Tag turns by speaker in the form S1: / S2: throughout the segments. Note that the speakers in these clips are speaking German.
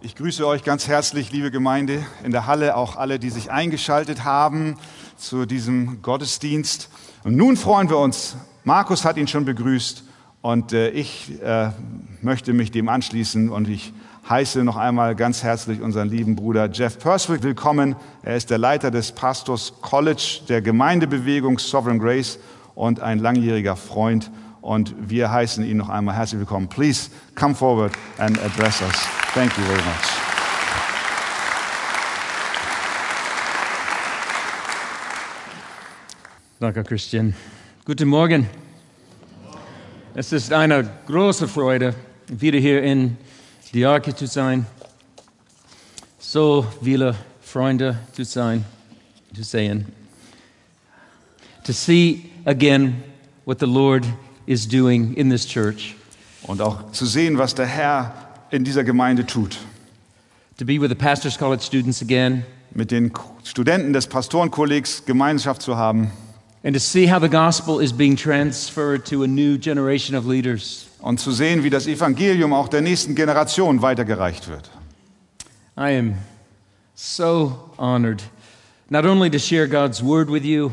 S1: Ich grüße euch ganz herzlich, liebe Gemeinde in der Halle, auch alle, die sich eingeschaltet haben zu diesem Gottesdienst. Und nun freuen wir uns. Markus hat ihn schon begrüßt und äh, ich äh, möchte mich dem anschließen und ich heiße noch einmal ganz herzlich unseren lieben Bruder Jeff Perswick willkommen. Er ist der Leiter des Pastors College der Gemeindebewegung Sovereign Grace und ein langjähriger Freund. Und wir heißen ihn noch einmal herzlich willkommen. Please come forward and address us. Thank you very much.
S2: Danke, Christian. Guten Morgen. Es ist eine große Freude, wieder hier in die Arche zu sein. So viele Freunde zu sein, zu sehen. To see again what the Lord is doing in this church.
S1: Und auch zu sehen, was der Herr in dieser Gemeinde tut.
S2: To be with the Pastors College students again.
S1: Mit den K- Studenten des Pastorenkollegs Gemeinschaft zu haben
S2: And to see how the gospel is being transferred to a new generation of leaders.
S1: und zu sehen, wie das Evangelium auch der nächsten Generation weitergereicht wird.
S2: I am so honored not only to share God's word with you,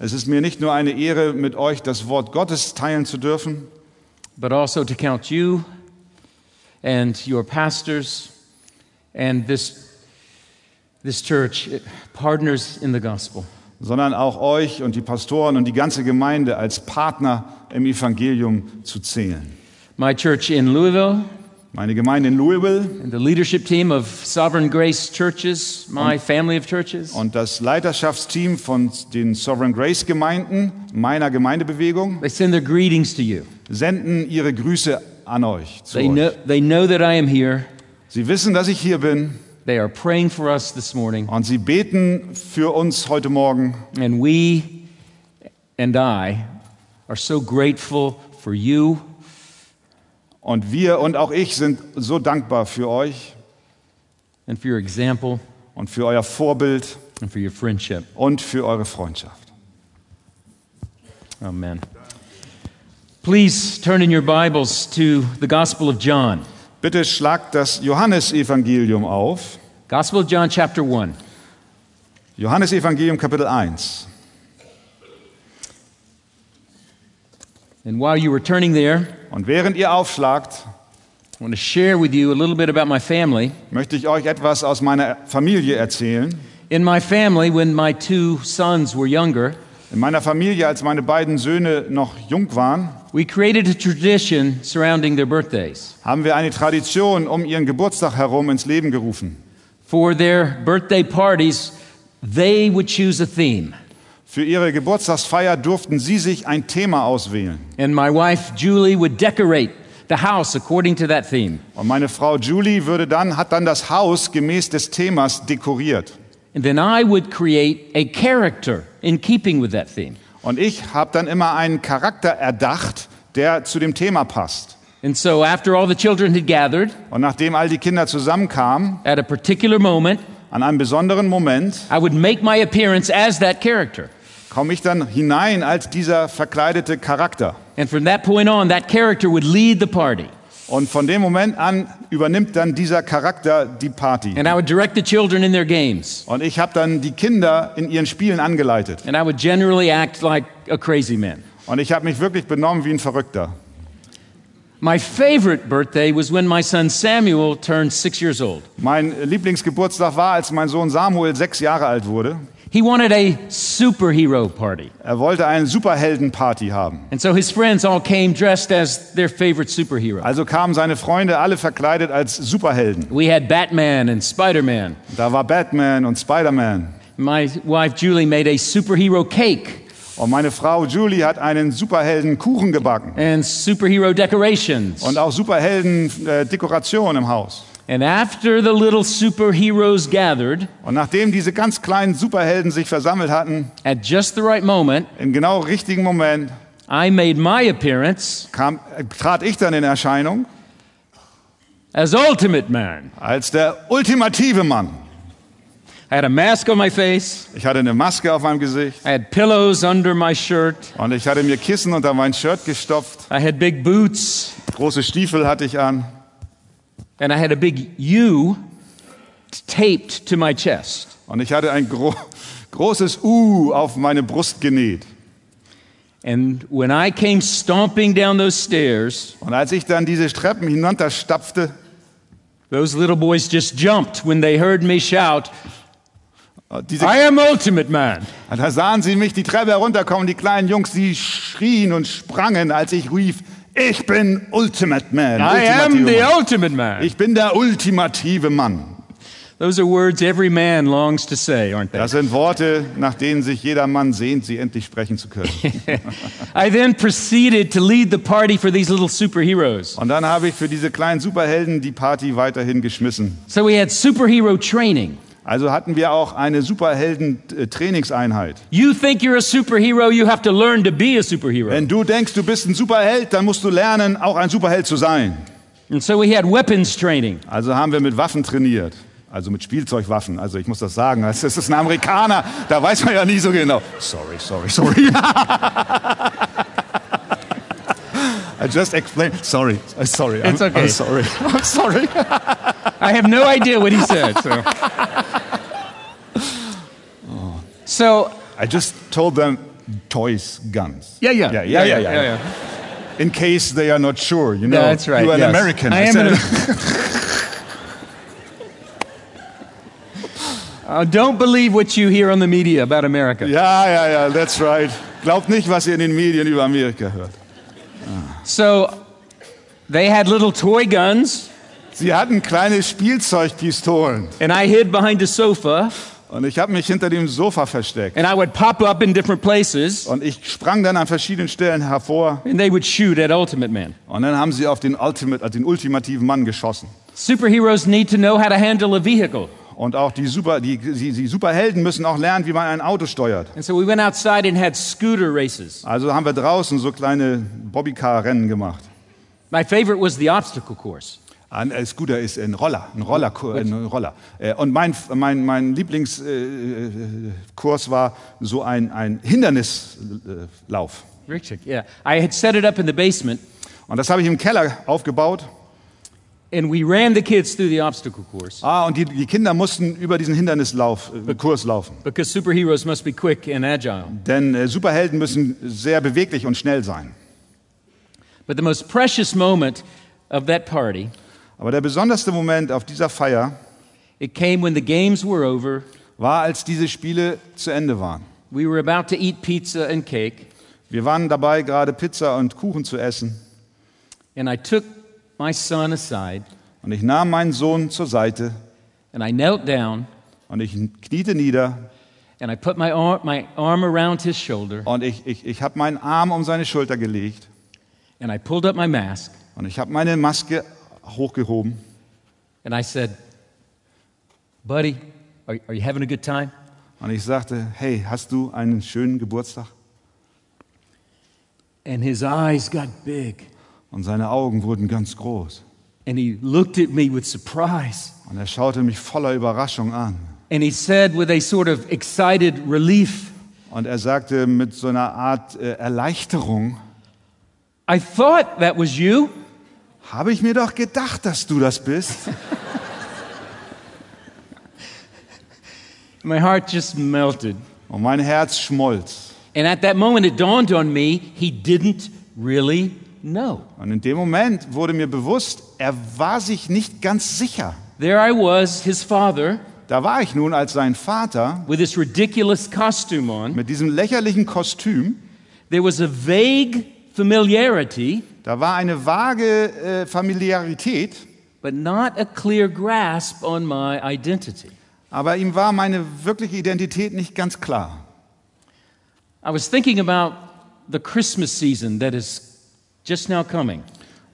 S1: Es ist mir nicht nur eine Ehre, mit euch das Wort Gottes teilen zu dürfen,
S2: but also to count you and your pastors and this, this church partners in the gospel.
S1: sondern auch euch und die Pastoren und die ganze Gemeinde als Partner im Evangelium zu zählen.
S2: My church in Louisville
S1: Meine Gemeinde in Louisville
S2: and the leadership team of Sovereign Grace Churches, my family of churches,
S1: und das Leiterschaftsteam von den Sovereign Grace Gemeinden meiner Gemeindebewegung
S2: they send their greetings to you.
S1: senden ihre Grüße an euch. Zu
S2: They
S1: euch.
S2: know, they know that I am here.
S1: Sie wissen, dass ich hier bin
S2: They are praying for us this morning.
S1: und sie beten für uns heute Morgen.
S2: And we and I are so grateful for you
S1: Und wir und auch ich sind so dankbar für euch
S2: and for your example
S1: und für euer Vorbild
S2: and for your friendship.
S1: und für eure Freundschaft.
S2: Amen. Please turn in your Bibles to the Gospel of John.
S1: Bitte schlagt das Johannesevangelium auf.
S2: Gospel of John, chapter 1.
S1: Johannesevangelium Kapitel 1.
S2: And while you were turning there,
S1: Und während ihr aufschlagt,
S2: I want to share with you a little bit about my family.
S1: möchte ich euch etwas aus meiner Familie erzählen.
S2: In my family, when my two sons were younger,
S1: In meiner Familie, als meine beiden Söhne noch jung waren,
S2: we created a tradition surrounding their birthdays.
S1: haben wir eine Tradition um ihren Geburtstag herum ins Leben gerufen.
S2: For their birthday parties, they would choose a theme.
S1: Für ihre Geburtstagsfeier durften sie sich ein Thema auswählen.
S2: And my wife, Julie, would decorate the house according to that theme.
S1: Und meine Frau Julie würde dann, hat dann das Haus gemäß des Themas dekoriert.
S2: And then I would create a character in keeping with that theme.
S1: Und ich habe dann immer einen Charakter erdacht, der zu dem Thema passt.
S2: And so, after all the children had gathered,
S1: Und nachdem all die Kinder zusammenkamen,
S2: at a particular moment,
S1: an einem besonderen Moment,
S2: I would make my appearance as that character.
S1: komme ich dann hinein als dieser verkleidete Charakter.
S2: And from that point on, that character would lead the party.
S1: Und von dem Moment an übernimmt dann dieser Charakter die Party.
S2: And I would direct the children in their games.
S1: Und ich habe dann die Kinder in ihren Spielen angeleitet.
S2: And I would generally act like a crazy man.
S1: Und ich habe mich wirklich benommen wie ein Verrückter.
S2: My favorite birthday was when my son Samuel turned six years old.
S1: Mein Lieblingsgeburtstag war, als mein Sohn Samuel sechs Jahre alt wurde.
S2: He wanted a superhero party.
S1: Er wollte eine Superheldenparty haben.
S2: And so his friends all came dressed as their favorite superhero.
S1: Also kamen seine Freunde alle verkleidet als Superhelden.
S2: We had Batman and Spider Man.
S1: Da war Batman und Spider-Man.
S2: My wife Julie made a superhero cake
S1: Und meine Frau Julie hat einen Superheldenkuchen gebacken.
S2: and superhero decorations.
S1: Und auch Superhelden-Dekoration äh, im Haus.
S2: And after the little superheroes gathered,
S1: Und nachdem diese ganz kleinen Superhelden sich versammelt hatten,
S2: at just the right moment,
S1: im genau richtigen Moment
S2: I made my appearance
S1: kam, äh, trat ich dann in Erscheinung
S2: as Ultimate Man.
S1: als der ultimative Mann.
S2: I had a mask on my face,
S1: Ich hatte eine Maske auf meinem Gesicht
S2: I had pillows under my shirt,
S1: und ich hatte mir Kissen unter mein Shirt gestopft.
S2: I had big boots,
S1: Große Stiefel hatte ich an.
S2: and I had a big U taped to my chest.
S1: Und ich hatte ein gro großes U auf meine Brust genäht.
S2: And when I came stomping down those stairs,
S1: Und als ich dann diese Treppen hinunterstapfte,
S2: those little boys just jumped when they heard me shout,
S1: äh, diese,
S2: I am Ultimate Man.
S1: da sahen sie mich die Treppe herunterkommen, die kleinen Jungs, die schrien und sprangen, als ich rief, ich bin Ultimate Man.
S2: I am
S1: ultimative Mann.
S2: the Ultimate Man.
S1: Ich bin der ultimative Mann.
S2: Those are words every man longs to say, aren't they?
S1: Das sind Worte, nach denen sich jeder Mann sehnt, sie endlich sprechen zu können.
S2: I then proceeded to lead the party for these little superheroes.
S1: Und dann habe ich für diese kleinen Superhelden die Party weiterhin geschmissen.
S2: So we had superhero training.
S1: Also hatten wir auch eine äh, Superhelden-Trainingseinheit.
S2: You think you're a superhero, you have to learn to be a superhero.
S1: Wenn du denkst, du bist ein Superheld, dann musst du lernen, auch ein Superheld zu sein.
S2: And so we had weapons training.
S1: Also haben wir mit Waffen trainiert. Also mit Spielzeugwaffen. Also ich muss das sagen. Das ist ein Amerikaner. Da weiß man ja nie so genau. Sorry, sorry, sorry. I just explained. Sorry, I'm sorry. I'm,
S2: It's okay.
S1: I'm sorry. I'm sorry.
S2: I have no idea what he said. So, so
S1: I just told them toys, guns.
S2: yeah, yeah.
S1: Yeah, yeah, yeah, yeah. In case they are not sure, you know.
S2: that's right,
S1: You are an
S2: yes.
S1: American.
S2: I am
S1: said
S2: an-
S1: it.
S2: Uh, don't believe what you hear on the media about America.
S1: ja, ja, ja, that's right. Glaubt nicht, was ihr in den Medien über Amerika hört.
S2: So they had little toy guns,
S1: Sie hatten kleine Spielzeugpistolen.
S2: and I hid behind a sofa,
S1: Und ich habe mich hinter dem Sofa versteckt.
S2: and I would pop up in different places,
S1: Und ich sprang dann an verschiedenen Stellen hervor.
S2: and they would shoot at Ultimate Man.
S1: Und dann haben sie auf den, Ultimate, auf den ultimativen Mann geschossen.
S2: Superheroes need to know how to handle a vehicle.
S1: Und auch die, Super, die, die, die Superhelden müssen auch lernen, wie man ein Auto steuert.
S2: And so we went outside and had scooter races.
S1: Also haben wir draußen so kleine Bobbycar-Rennen gemacht.
S2: My favorite was the obstacle course.
S1: Ein äh, Scooter ist ein Roller, ein Roller, ein Roller. Äh, Und mein, mein, mein Lieblingskurs äh, Kurs war so ein, ein Hindernislauf.
S2: Richard, yeah. I had set it up in the basement,
S1: Und das habe ich im Keller aufgebaut.
S2: and we ran the kids through the obstacle course
S1: Ah, und die, die Kinder mussten über diesen Hindernislauf, äh, Kurs laufen.
S2: because superheroes must be quick and agile.
S1: Denn äh, Superhelden müssen sehr beweglich und schnell sein.
S2: But the most precious moment of that party,
S1: Aber der besonderste Moment auf dieser Feier
S2: it came when the games were over.
S1: war, als diese Spiele zu Ende waren.
S2: We were about to eat pizza and cake,
S1: Wir waren dabei, gerade Pizza und Kuchen zu essen.
S2: and I took my son aside
S1: Und ich nahm meinen Sohn zur Seite
S2: and I knelt down
S1: und ich kniete nieder
S2: and I put my arm, my arm around his shoulder
S1: und ich, ich, ich habe meinen Arm um seine Schulter gelegt
S2: and I pulled up my mask
S1: und ich habe meine Maske hochgehoben
S2: and I said, Buddy, are, are you having a good time?
S1: und ich sagte, hey, hast du einen schönen Geburtstag?
S2: And his eyes got big.
S1: Und seine Augen wurden ganz groß.
S2: And he looked at me with surprise.
S1: Und er schaute mich voller Überraschung an.
S2: And he said, with a sort of excited relief,
S1: Und er sagte mit so einer Art äh, Erleichterung,
S2: I thought that was you.
S1: Habe ich mir doch gedacht, dass du das bist.
S2: My heart just melted.
S1: Und mein Herz schmolz.
S2: And at that moment, it dawned on me he didn't really know.
S1: Und in dem Moment wurde mir bewusst, er war sich nicht ganz sicher.
S2: There I was, his father,
S1: Da war ich nun als sein Vater
S2: with this ridiculous costume on.
S1: mit diesem lächerlichen Kostüm.
S2: There was a vague familiarity,
S1: Da war eine vage äh, Familiarität,
S2: but not a clear grasp on my identity.
S1: aber ihm war meine wirkliche Identität nicht ganz klar.
S2: I was thinking about the Christmas season that is just now coming.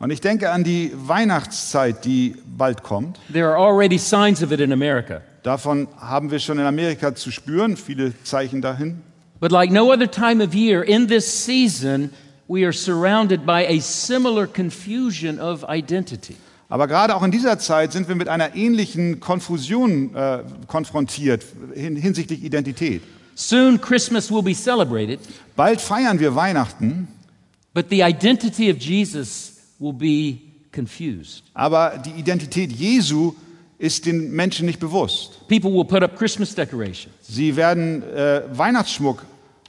S1: Und ich denke an die Weihnachtszeit, die bald kommt.
S2: There are already signs of it in America.
S1: Davon haben wir schon in Amerika zu spüren, viele Zeichen dahin.
S2: But like no other time of year, in this season, we are surrounded by a similar confusion of identity.
S1: Aber gerade auch in dieser Zeit sind wir mit einer ähnlichen Konfusion äh, konfrontiert hin, hinsichtlich Identität.
S2: Soon Christmas will be celebrated,
S1: Bald feiern wir Weihnachten,
S2: but the identity of Jesus will be confused.
S1: Aber die Identität Jesu ist den Menschen nicht bewusst.
S2: People will put up Christmas decorations.
S1: Sie werden äh, Weihnachtsschmuck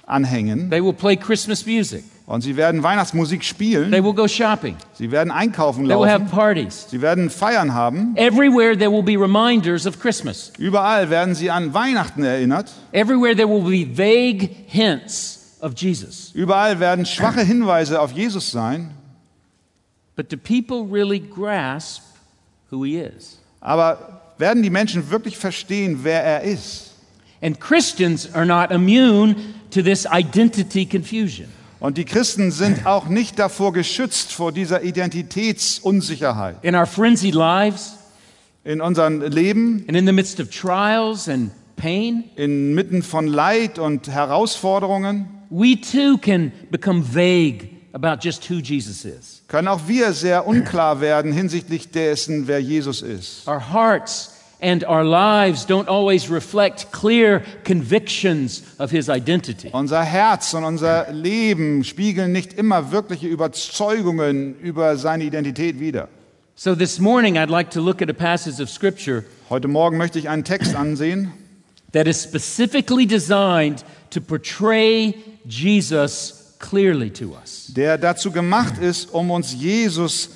S1: anhängen
S2: They will play Christmas music.
S1: und sie werden Weihnachtsmusik
S2: They
S1: spielen.
S2: will go shopping.
S1: Sie werden einkaufen
S2: They will have
S1: laufen.
S2: parties.
S1: Sie werden Feiern haben.
S2: Everywhere there will be reminders of Christmas.
S1: Überall werden sie an Weihnachten erinnert.
S2: Everywhere there will be vague hints of Jesus.
S1: Überall werden schwache Hinweise auf Jesus sein.
S2: But do people really grasp who he is?
S1: Aber werden die Menschen wirklich verstehen, wer er ist?
S2: And Christians are not immune to this identity confusion.
S1: Und die Christen sind auch nicht davor geschützt vor dieser Identitätsunsicherheit.
S2: In our frenzied lives
S1: In unserem Leben,
S2: and in the midst of trials and pain,
S1: inmitten von Leid und Herausforderungen,
S2: we too can become vague about just who Jesus is.
S1: können auch wir sehr unklar werden hinsichtlich dessen, wer Jesus ist.
S2: Our hearts and our lives don't always reflect clear convictions of his identity.
S1: Unser Herz und unser Leben spiegeln nicht immer wirkliche Überzeugungen über seine Identität wider.
S2: So this morning, I'd like to look at a passage of Scripture
S1: Heute Morgen möchte ich einen Text ansehen,
S2: that is specifically designed to portray Jesus clearly to us.
S1: der dazu gemacht ist, um uns Jesus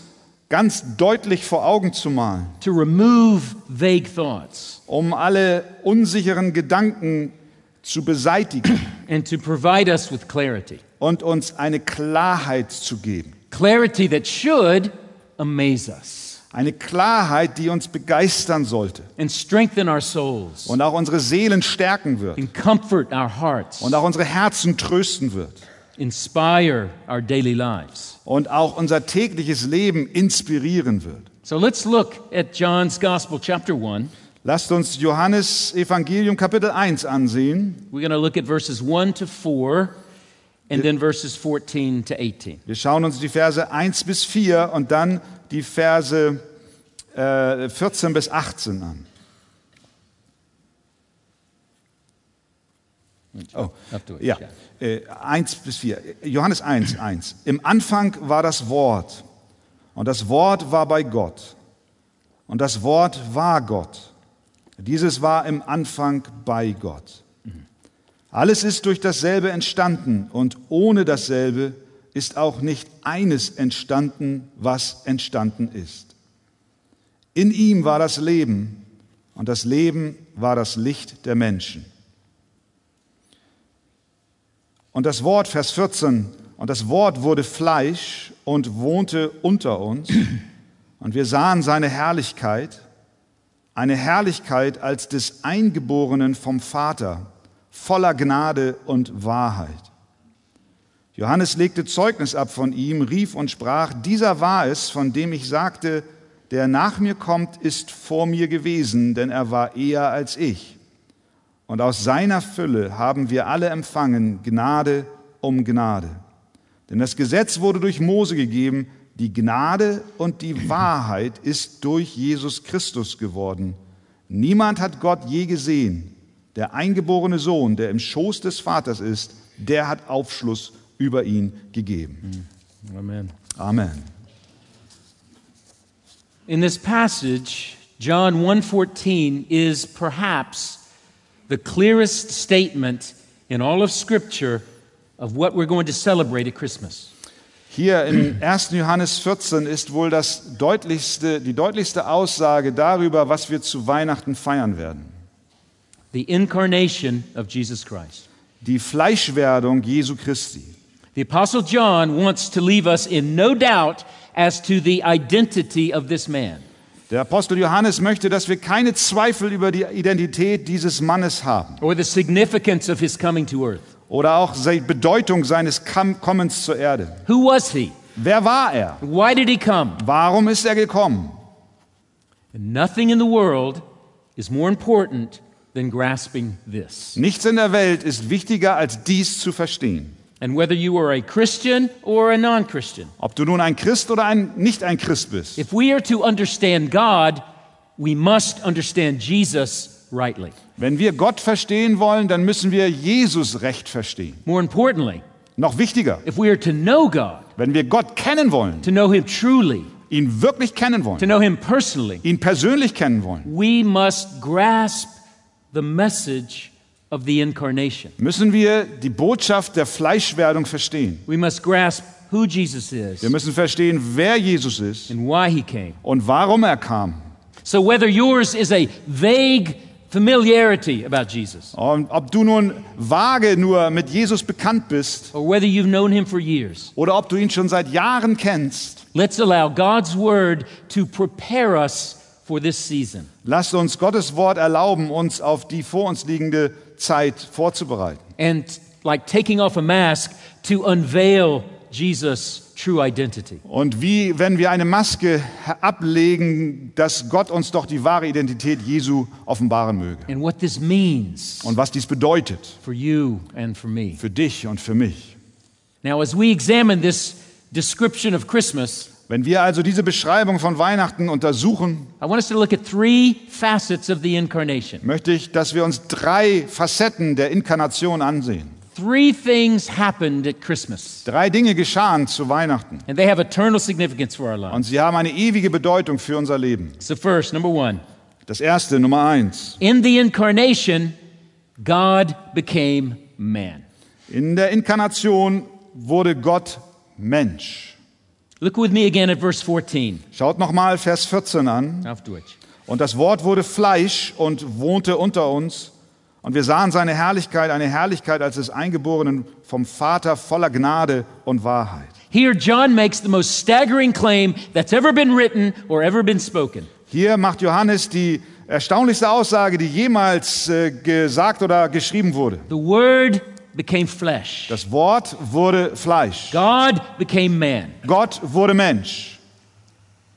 S1: ganz deutlich vor Augen zu malen,
S2: to remove vague thoughts
S1: um alle unsicheren Gedanken zu beseitigen
S2: and to provide us with clarity.
S1: und uns eine Klarheit zu geben.
S2: Clarity that should amaze us
S1: Eine Klarheit, die uns begeistern sollte
S2: and strengthen our souls
S1: und auch unsere Seelen stärken wird
S2: and comfort our hearts,
S1: und auch unsere Herzen trösten wird
S2: inspire our daily lives.
S1: und auch unser tägliches Leben inspirieren wird.
S2: So let's look at John's Gospel, chapter 1.
S1: Lasst uns Johannes Evangelium Kapitel 1 ansehen.
S2: We're going to look at verses 1 to 4 and then verses 14 to 18.
S1: Wir schauen uns die Verse 1 bis 4 und dann die Verse äh, 14 bis 18 an. Oh,
S2: Up to it,
S1: ja.
S2: yeah.
S1: Äh, 1 bis 4. Johannes 1, 1. Im Anfang war das Wort und das Wort war bei Gott und das Wort war Gott. Dieses war im Anfang bei Gott. Alles ist durch dasselbe entstanden und ohne dasselbe ist auch nicht eines entstanden, was entstanden ist. In ihm war das Leben und das Leben war das Licht der Menschen. Und das Wort, Vers 14, und das Wort wurde Fleisch und wohnte unter uns, und wir sahen seine Herrlichkeit, eine Herrlichkeit als des Eingeborenen vom Vater, voller Gnade und Wahrheit. Johannes legte Zeugnis ab von ihm, rief und sprach, dieser war es, von dem ich sagte, der nach mir kommt, ist vor mir gewesen, denn er war eher als ich. Und aus seiner Fülle haben wir alle empfangen, Gnade um Gnade. Denn das Gesetz wurde durch Mose gegeben, die Gnade und die Wahrheit ist durch Jesus Christus geworden. Niemand hat Gott je gesehen. Der eingeborene Sohn, der im Schoß des Vaters ist, der hat Aufschluss über ihn gegeben.
S2: Amen.
S1: Amen.
S2: In this passage, John 1:14 is perhaps the clearest statement in all of scripture of what we're going to celebrate at Christmas.
S1: Hier im 1. Johannes 14 ist wohl das deutlichste, die deutlichste Aussage darüber, was wir zu Weihnachten feiern werden.
S2: The incarnation of Jesus Christ.
S1: die Fleischwerdung Jesu Christi.
S2: The apostle John wants to leave us in no doubt as to the identity of this man.
S1: Der Apostel Johannes möchte, dass wir keine Zweifel über die Identität dieses Mannes haben
S2: or the significance of his coming to earth.
S1: oder auch die Bedeutung seines Kam- Kommens zur Erde.
S2: Who was he?
S1: Wer war er?
S2: Why did he come?
S1: Warum ist er gekommen?
S2: Nothing in the world is more important than grasping this.
S1: Nichts in der Welt ist wichtiger, als dies zu verstehen.
S2: And whether you are a Christian or a non Christian,
S1: Ob du nun ein Christ oder ein, nicht ein Christ bist.
S2: if we are to understand God, we must understand Jesus rightly.
S1: Wenn wir Gott verstehen wollen, dann müssen wir Jesus recht verstehen.
S2: More importantly,
S1: Noch wichtiger,
S2: if we are to know God,
S1: wenn wir Gott kennen wollen,
S2: to know him truly,
S1: ihn wirklich kennen
S2: to
S1: wollen,
S2: know Him personally,
S1: ihn persönlich kennen wollen,
S2: we must grasp the message of the incarnation.
S1: müssen wir die Botschaft der Fleischwerdung verstehen.
S2: We must grasp who Jesus
S1: Wir
S2: is
S1: müssen verstehen, wer Jesus ist
S2: and why He came.
S1: und warum er kam.
S2: So, whether yours is a vague familiarity about Jesus,
S1: Und ob du nun vage nur mit Jesus bekannt bist
S2: or whether you've known Him for years,
S1: oder ob du ihn schon seit Jahren kennst,
S2: let's allow God's Word to prepare us for this season.
S1: lasst uns Gottes Wort erlauben, uns auf die vor uns liegende Zeit vorzubereiten.
S2: and like taking off a mask to unveil Jesus' true identity.
S1: Und wie, wenn wir eine Maske ablegen, dass Gott uns doch die wahre Identität Jesu offenbaren möge.
S2: And what this means
S1: Und was dies bedeutet
S2: for you and for me.
S1: für dich und für mich.
S2: Now, as we examine this description of Christmas,
S1: Wenn wir also diese Beschreibung von Weihnachten untersuchen,
S2: I want us to look at three facets of the incarnation.
S1: möchte ich, dass wir uns drei Facetten der Inkarnation ansehen.
S2: Three things happened at Christmas,
S1: Drei Dinge geschahen zu Weihnachten.
S2: and they have eternal significance for our lives.
S1: Und sie haben eine ewige Bedeutung für unser Leben.
S2: So, first, number one,
S1: Das erste, Nummer eins.
S2: in the incarnation, God became man.
S1: In der Inkarnation wurde Gott Mensch.
S2: Look with me again at verse 14.
S1: Schaut nochmal Vers 14 an.
S2: Auf Deutsch.
S1: Und das Wort wurde Fleisch und wohnte unter uns. Und wir sahen seine Herrlichkeit, eine Herrlichkeit als des Eingeborenen vom Vater voller Gnade und Wahrheit.
S2: Here, John makes the most staggering claim that's ever been written or ever been spoken.
S1: Hier macht Johannes die erstaunlichste Aussage, die jemals äh, gesagt oder geschrieben wurde.
S2: The Word became flesh,
S1: Das Wort wurde Fleisch.
S2: God became man.
S1: Gott wurde Mensch.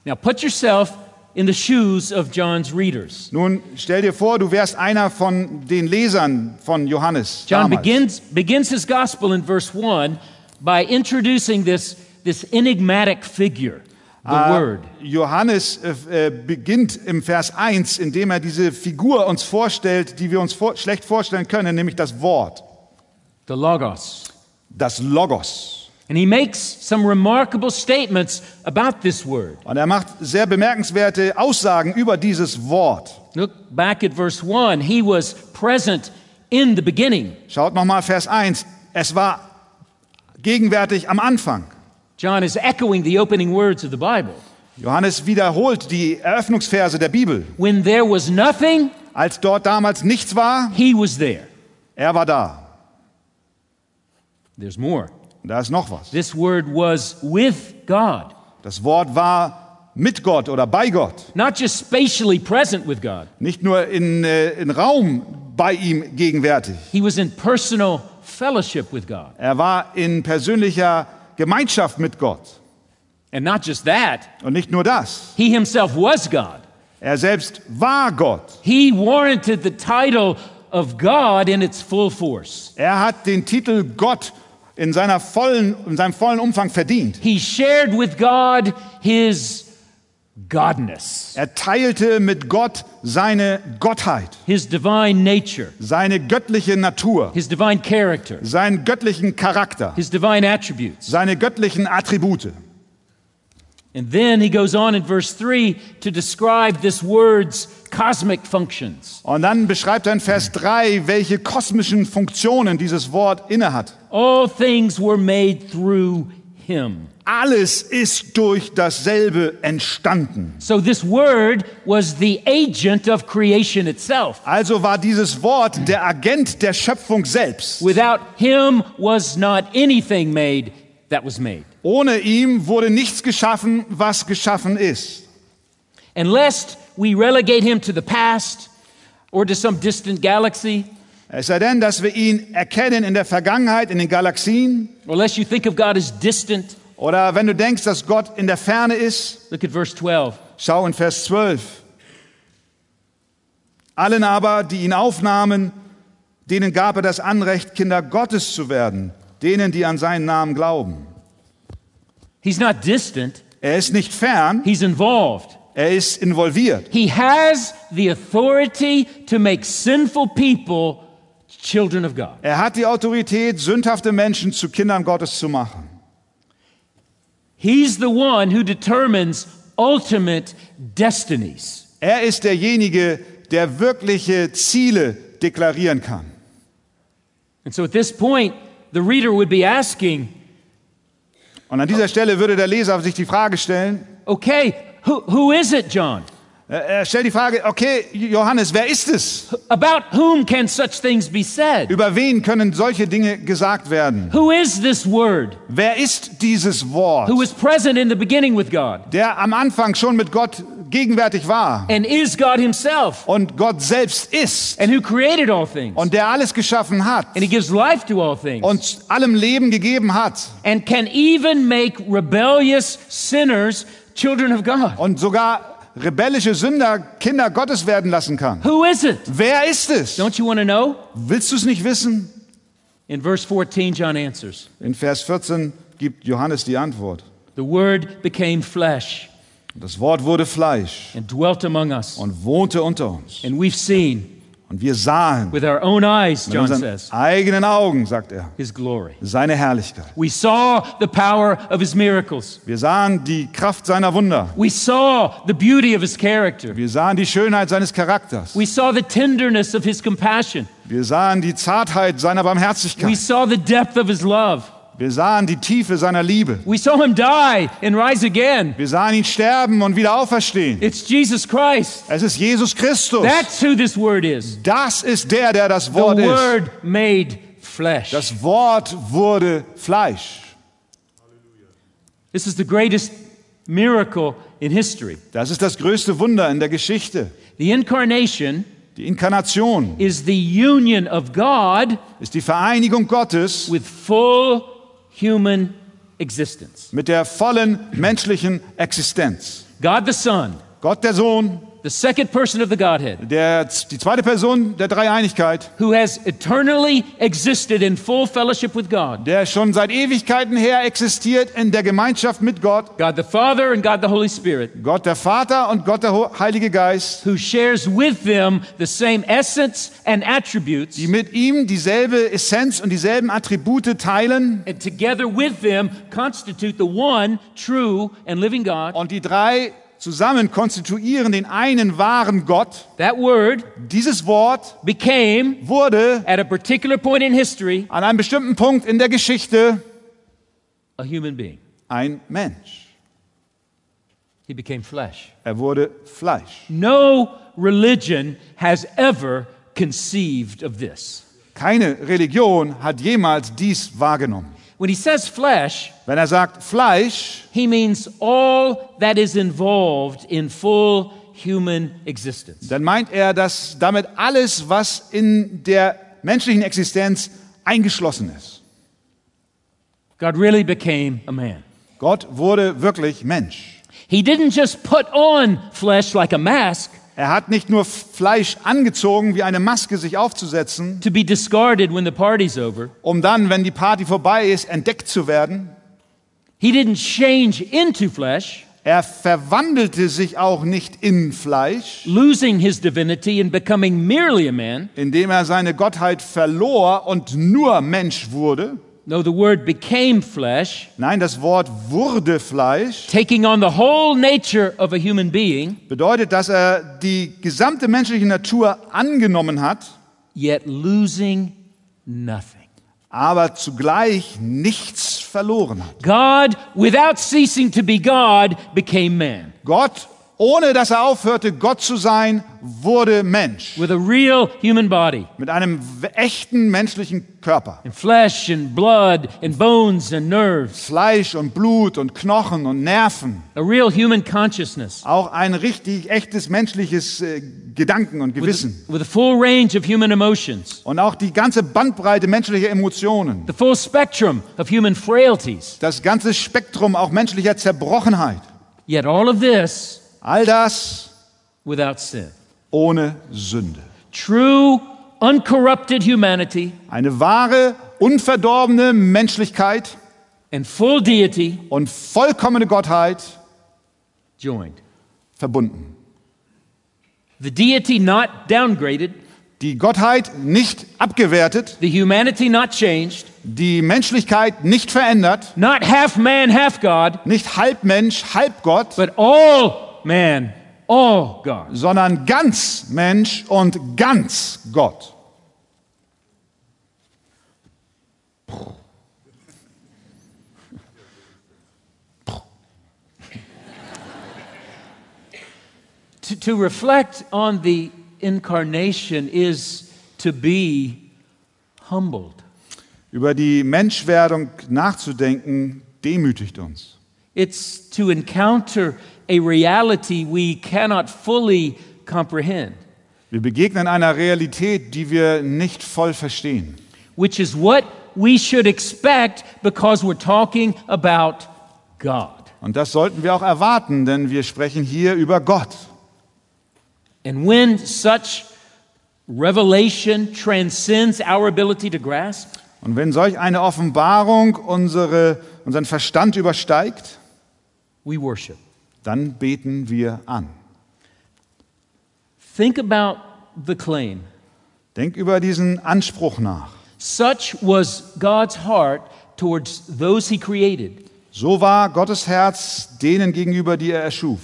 S2: Now, put yourself in the shoes of John's readers.
S1: Nun stell dir vor, du wärst einer von den Lesern von Johannes.
S2: John
S1: damals.
S2: begins, begins his gospel in verse 1 by introducing this, this enigmatic figure, the
S1: Ah,
S2: Word.
S1: Johannes äh, äh, beginnt im Vers 1, indem er diese Figur uns vorstellt, die wir uns vor schlecht vorstellen können, nämlich das Wort,
S2: The Logos.
S1: das Logos.
S2: And he makes some remarkable statements about this Word.
S1: Und er macht sehr bemerkenswerte Aussagen über dieses Wort.
S2: Look back at verse 1. He was present in the beginning.
S1: Schaut nochmal Vers 1. Es war gegenwärtig am Anfang.
S2: John is echoing the opening words of the Bible.
S1: Johannes wiederholt die Eröffnungsverse der Bibel.
S2: When there was nothing,
S1: Als dort damals nichts war,
S2: he was there.
S1: er war da.
S2: There's more.
S1: Und da ist noch was.
S2: This word was with God,
S1: Das Wort war mit Gott oder bei Gott,
S2: not just spatially present with God.
S1: nicht nur in, äh, in Raum bei ihm gegenwärtig.
S2: He was in personal fellowship with God.
S1: Er war in persönlicher Gemeinschaft mit Gott.
S2: And not just that,
S1: Und nicht nur das,
S2: he himself was God.
S1: er selbst war Gott.
S2: He warranted the title of God in its full force.
S1: Er hat den Titel Gott in, seiner vollen, in seinem vollen Umfang verdient.
S2: He shared with God his godness,
S1: Er teilte mit Gott seine Gottheit,
S2: his divine nature,
S1: seine göttliche Natur,
S2: his divine character,
S1: seinen göttlichen Charakter,
S2: his divine attributes.
S1: seine göttlichen Attribute.
S2: And then he goes on in verse 3 to describe this word's cosmic functions.
S1: Und dann beschreibt er in Vers 3, welche kosmischen Funktionen dieses Wort innehat.
S2: All things were made through him.
S1: Alles ist durch dasselbe entstanden.
S2: So this word was the agent of creation itself.
S1: Also war dieses Wort der Agent der Schöpfung selbst.
S2: Without him was not anything made that was made.
S1: Ohne ihm wurde nichts geschaffen, was geschaffen ist.
S2: And lest we relegate him to the past or to some distant galaxy,
S1: Es sei denn, dass wir ihn erkennen in der Vergangenheit, in den Galaxien.
S2: or lest you think of God as distant,
S1: Oder wenn du denkst, dass Gott in der Ferne ist,
S2: look at verse 12.
S1: schau in Vers 12. Allen aber, die ihn aufnahmen, denen gab er das Anrecht, Kinder Gottes zu werden, denen, die an seinen Namen glauben.
S2: He's not distant,
S1: Er ist nicht fern,
S2: he's involved.
S1: er ist involviert.
S2: He has the authority to make sinful people children of God.
S1: Er hat die Autorität, sündhafte Menschen zu Kindern Gottes zu machen.
S2: He's the one who determines ultimate destinies.
S1: Er ist derjenige, der wirkliche Ziele deklarieren kann.
S2: And so at this point, the reader would be asking,
S1: Und an dieser Stelle würde der Leser sich die Frage stellen,
S2: okay, who, who is it, John?
S1: äh, er stellt die Frage, okay, Johannes, wer ist es?
S2: About whom can such things be said?
S1: Über wen können solche Dinge gesagt werden?
S2: Who is this word
S1: Wer ist dieses Wort,
S2: who was present in the beginning with God
S1: der am Anfang schon mit Gott gegenwärtig war
S2: and is God himself
S1: und Gott selbst ist
S2: and who created all things
S1: und der alles geschaffen hat
S2: and he gives life to all things
S1: und allem Leben gegeben hat
S2: and can even make rebellious sinners children of God?
S1: und sogar rebellische Sünder Kinder Gottes werden lassen kann?
S2: Who is it?
S1: Wer ist es?
S2: Don't you want to know?
S1: Willst du es nicht wissen?
S2: In verse 14, John answers
S1: In Vers 14 gibt Johannes die Antwort.
S2: The word became flesh
S1: Das Wort wurde Fleisch
S2: and dwelt among us.
S1: und wohnte unter uns.
S2: And we've seen
S1: Und wir sahen
S2: with our own eyes,
S1: mit
S2: John
S1: unseren
S2: says,
S1: eigenen Augen, sagt er,
S2: his glory.
S1: seine Herrlichkeit.
S2: We saw the power of his miracles.
S1: Wir sahen die Kraft seiner Wunder.
S2: We saw the beauty of his character.
S1: Wir sahen die Schönheit seines Charakters.
S2: We saw the tenderness of his compassion.
S1: Wir sahen die Zartheit seiner
S2: We
S1: Barmherzigkeit.
S2: saw the depth of his love.
S1: Wir sahen die Tiefe seiner Liebe.
S2: We saw him die and rise again.
S1: Wir sahen ihn sterben und wieder auferstehen.
S2: It's Jesus Christ.
S1: Es ist Jesus Christus.
S2: That's who this word is.
S1: Das ist der, der das
S2: The
S1: Wort ist.
S2: word made flesh.
S1: Das Wort wurde Fleisch.
S2: This is the greatest miracle in history.
S1: Das ist das größte Wunder in der Geschichte.
S2: The incarnation
S1: Die Inkarnation
S2: is the union of God
S1: ist die Vereinigung Gottes
S2: with full human existence.
S1: mit der vollen menschlichen Existenz.
S2: God the Son,
S1: Gott der Sohn,
S2: the second person of the Godhead,
S1: der, die zweite Person der Dreieinigkeit,
S2: who has eternally existed in full fellowship with God.
S1: der schon seit Ewigkeiten her existiert in der Gemeinschaft mit Gott,
S2: God the Father and God the Holy Spirit,
S1: Gott der Vater und Gott der Ho- Heilige Geist,
S2: who shares with them the same essence and attributes,
S1: die mit ihm dieselbe Essenz und dieselben Attribute teilen
S2: and together with them constitute the one true and living God.
S1: und die drei zusammen konstituieren den einen wahren Gott.
S2: That word
S1: Dieses Wort
S2: became
S1: wurde
S2: at a particular point in history,
S1: an einem bestimmten Punkt in der Geschichte
S2: a human being.
S1: ein Mensch.
S2: He became flesh.
S1: Er wurde Fleisch.
S2: No religion has ever conceived of this.
S1: Keine Religion hat jemals dies wahrgenommen.
S2: When he says flesh,
S1: Wenn er sagt Fleisch,
S2: he means all that is involved in full human existence.
S1: dann meint er, dass damit alles, was in der menschlichen Existenz eingeschlossen ist.
S2: God really became a man.
S1: Gott wurde wirklich Mensch.
S2: He didn't just put on flesh like a mask
S1: Er hat nicht nur Fleisch angezogen, wie eine Maske sich aufzusetzen,
S2: to be discarded when the party's over.
S1: um dann, wenn die Party vorbei ist, entdeckt zu werden.
S2: He didn't change into flesh,
S1: Er verwandelte sich auch nicht in Fleisch,
S2: losing his divinity and becoming merely a man.
S1: indem er seine Gottheit verlor und nur Mensch wurde.
S2: No, the word became flesh,
S1: Nein, das Wort wurde Fleisch
S2: taking on the whole nature of a human being,
S1: bedeutet, dass er die gesamte menschliche Natur angenommen hat,
S2: yet losing nothing.
S1: aber zugleich nichts verloren hat.
S2: God, without ceasing to be God, became man
S1: Gott, ohne dass er aufhörte, Gott zu sein, wurde Mensch.
S2: with a real human body
S1: Mit einem w- echten menschlichen Körper.
S2: and flesh and blood and bones and nerves,
S1: Fleisch und Blut und Knochen und Nerven.
S2: a real human consciousness
S1: Auch ein richtig echtes menschliches äh, Gedanken und Gewissen.
S2: with a full range of human emotions,
S1: Und auch die ganze Bandbreite menschlicher Emotionen.
S2: the full spectrum of human frailties.
S1: Das ganze Spektrum auch menschlicher Zerbrochenheit.
S2: Yet all of this
S1: All das
S2: without sin.
S1: ohne Sünde.
S2: True, uncorrupted humanity
S1: Eine wahre, unverdorbene Menschlichkeit
S2: and full deity
S1: und vollkommene Gottheit
S2: joined.
S1: verbunden.
S2: The deity not downgraded,
S1: Die Gottheit nicht abgewertet,
S2: the humanity not changed,
S1: die Menschlichkeit nicht verändert,
S2: not half man, half God,
S1: nicht halb Mensch, halb Gott,
S2: but all man, all God.
S1: sondern ganz Mensch und ganz Gott.
S2: To, to reflect on the incarnation is to be humbled.
S1: Über die Menschwerdung nachzudenken, demütigt uns.
S2: It's to encounter a reality we cannot fully comprehend,
S1: Wir begegnen einer Realität, die wir nicht voll verstehen.
S2: which is what we should expect because we're talking about God.
S1: Und das sollten wir auch erwarten, denn wir sprechen hier über Gott.
S2: And when such revelation transcends our ability to grasp,
S1: Und wenn solch eine Offenbarung unsere, unseren Verstand übersteigt,
S2: we worship.
S1: dann beten wir an.
S2: Think about the claim.
S1: Denk über diesen Anspruch nach.
S2: Such was God's heart towards those he created,
S1: So war Gottes Herz denen gegenüber, die er erschuf,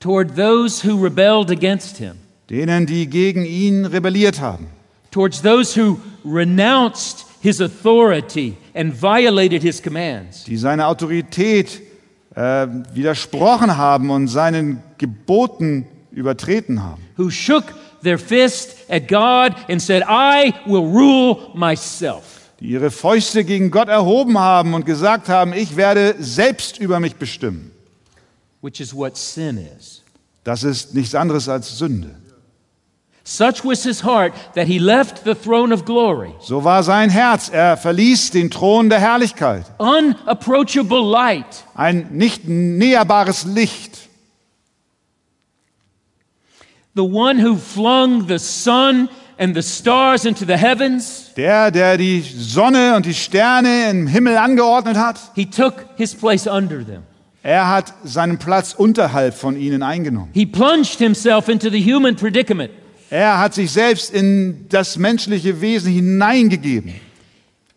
S2: toward those who rebelled against him,
S1: denen, die gegen ihn rebelliert haben,
S2: towards those who renounced his authority and violated his commands.
S1: die seiner Autorität äh, widersprochen haben und seinen Geboten übertreten haben,
S2: who shook their fist at God and said, I will rule myself.
S1: die ihre Fäuste gegen Gott erhoben haben und gesagt haben, ich werde selbst über mich bestimmen.
S2: Which is what sin is.
S1: Das ist nichts anderes als Sünde.
S2: Such was his heart that he left the throne of glory,
S1: So war sein Herz. Er verließ den Thron der Herrlichkeit.
S2: unapproachable light,
S1: Ein nicht näherbares Licht.
S2: the one who flung the sun and the stars into the heavens.
S1: Der, der die Sonne und die Sterne im Himmel angeordnet hat,
S2: He took his place under them.
S1: er hat seinen Platz unterhalb von ihnen eingenommen.
S2: He plunged himself into the human predicament.
S1: Er hat sich selbst in das menschliche Wesen hineingegeben.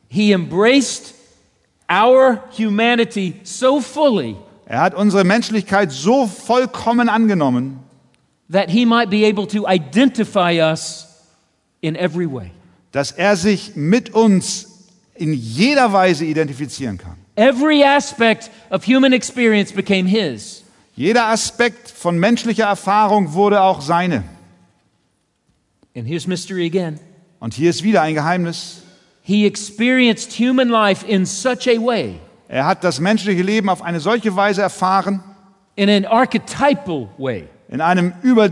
S2: He embraced our humanity so fully
S1: Er hat unsere Menschlichkeit so vollkommen angenommen,
S2: that he might be able to identify us in every way.
S1: dass er sich mit uns in jeder Weise identifizieren kann.
S2: Every aspect of human experience became his.
S1: Jeder Aspekt von menschlicher Erfahrung wurde auch seine.
S2: And here's mystery again.
S1: Und hier ist wieder ein Geheimnis.
S2: He experienced human life in such a way,
S1: Er hat das menschliche Leben auf eine solche Weise erfahren,
S2: in an archetypal way,
S1: in einem über,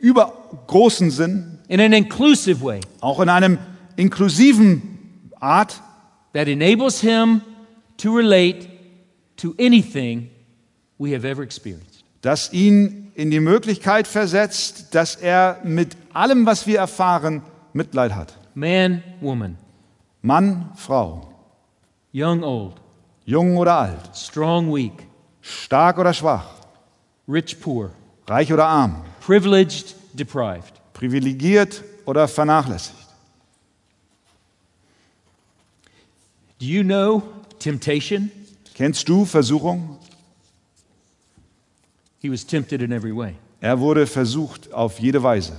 S1: übergroßen Sinn,
S2: in an inclusive way,
S1: auch in einem inklusiven Art,
S2: that enables him to relate to anything we have ever experienced.
S1: das ihn in die Möglichkeit versetzt, dass er mit allem, was wir erfahren, Mitleid hat.
S2: Man, woman,
S1: Mann, Frau,
S2: young, old,
S1: jung oder alt,
S2: strong, weak,
S1: stark oder schwach,
S2: rich, poor,
S1: reich oder arm,
S2: privileged, deprived.
S1: privilegiert oder vernachlässigt.
S2: Do you know temptation?
S1: Kennst du Versuchung?
S2: He was tempted in every way.
S1: Er wurde versucht auf jede Weise.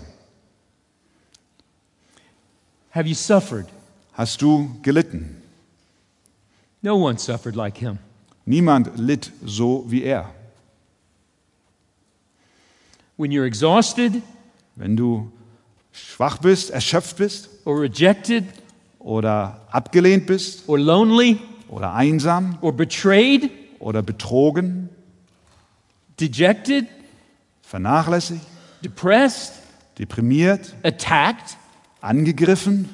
S2: Have you suffered?
S1: Hast du gelitten?
S2: No one suffered like him.
S1: Niemand litt so wie er.
S2: When you're exhausted
S1: Wenn du schwach bist, erschöpft bist
S2: or rejected
S1: oder abgelehnt bist
S2: or lonely
S1: oder einsam
S2: or betrayed,
S1: oder betrogen,
S2: dejected,
S1: vernachlässigt,
S2: depressed,
S1: deprimiert,
S2: attacked,
S1: angegriffen,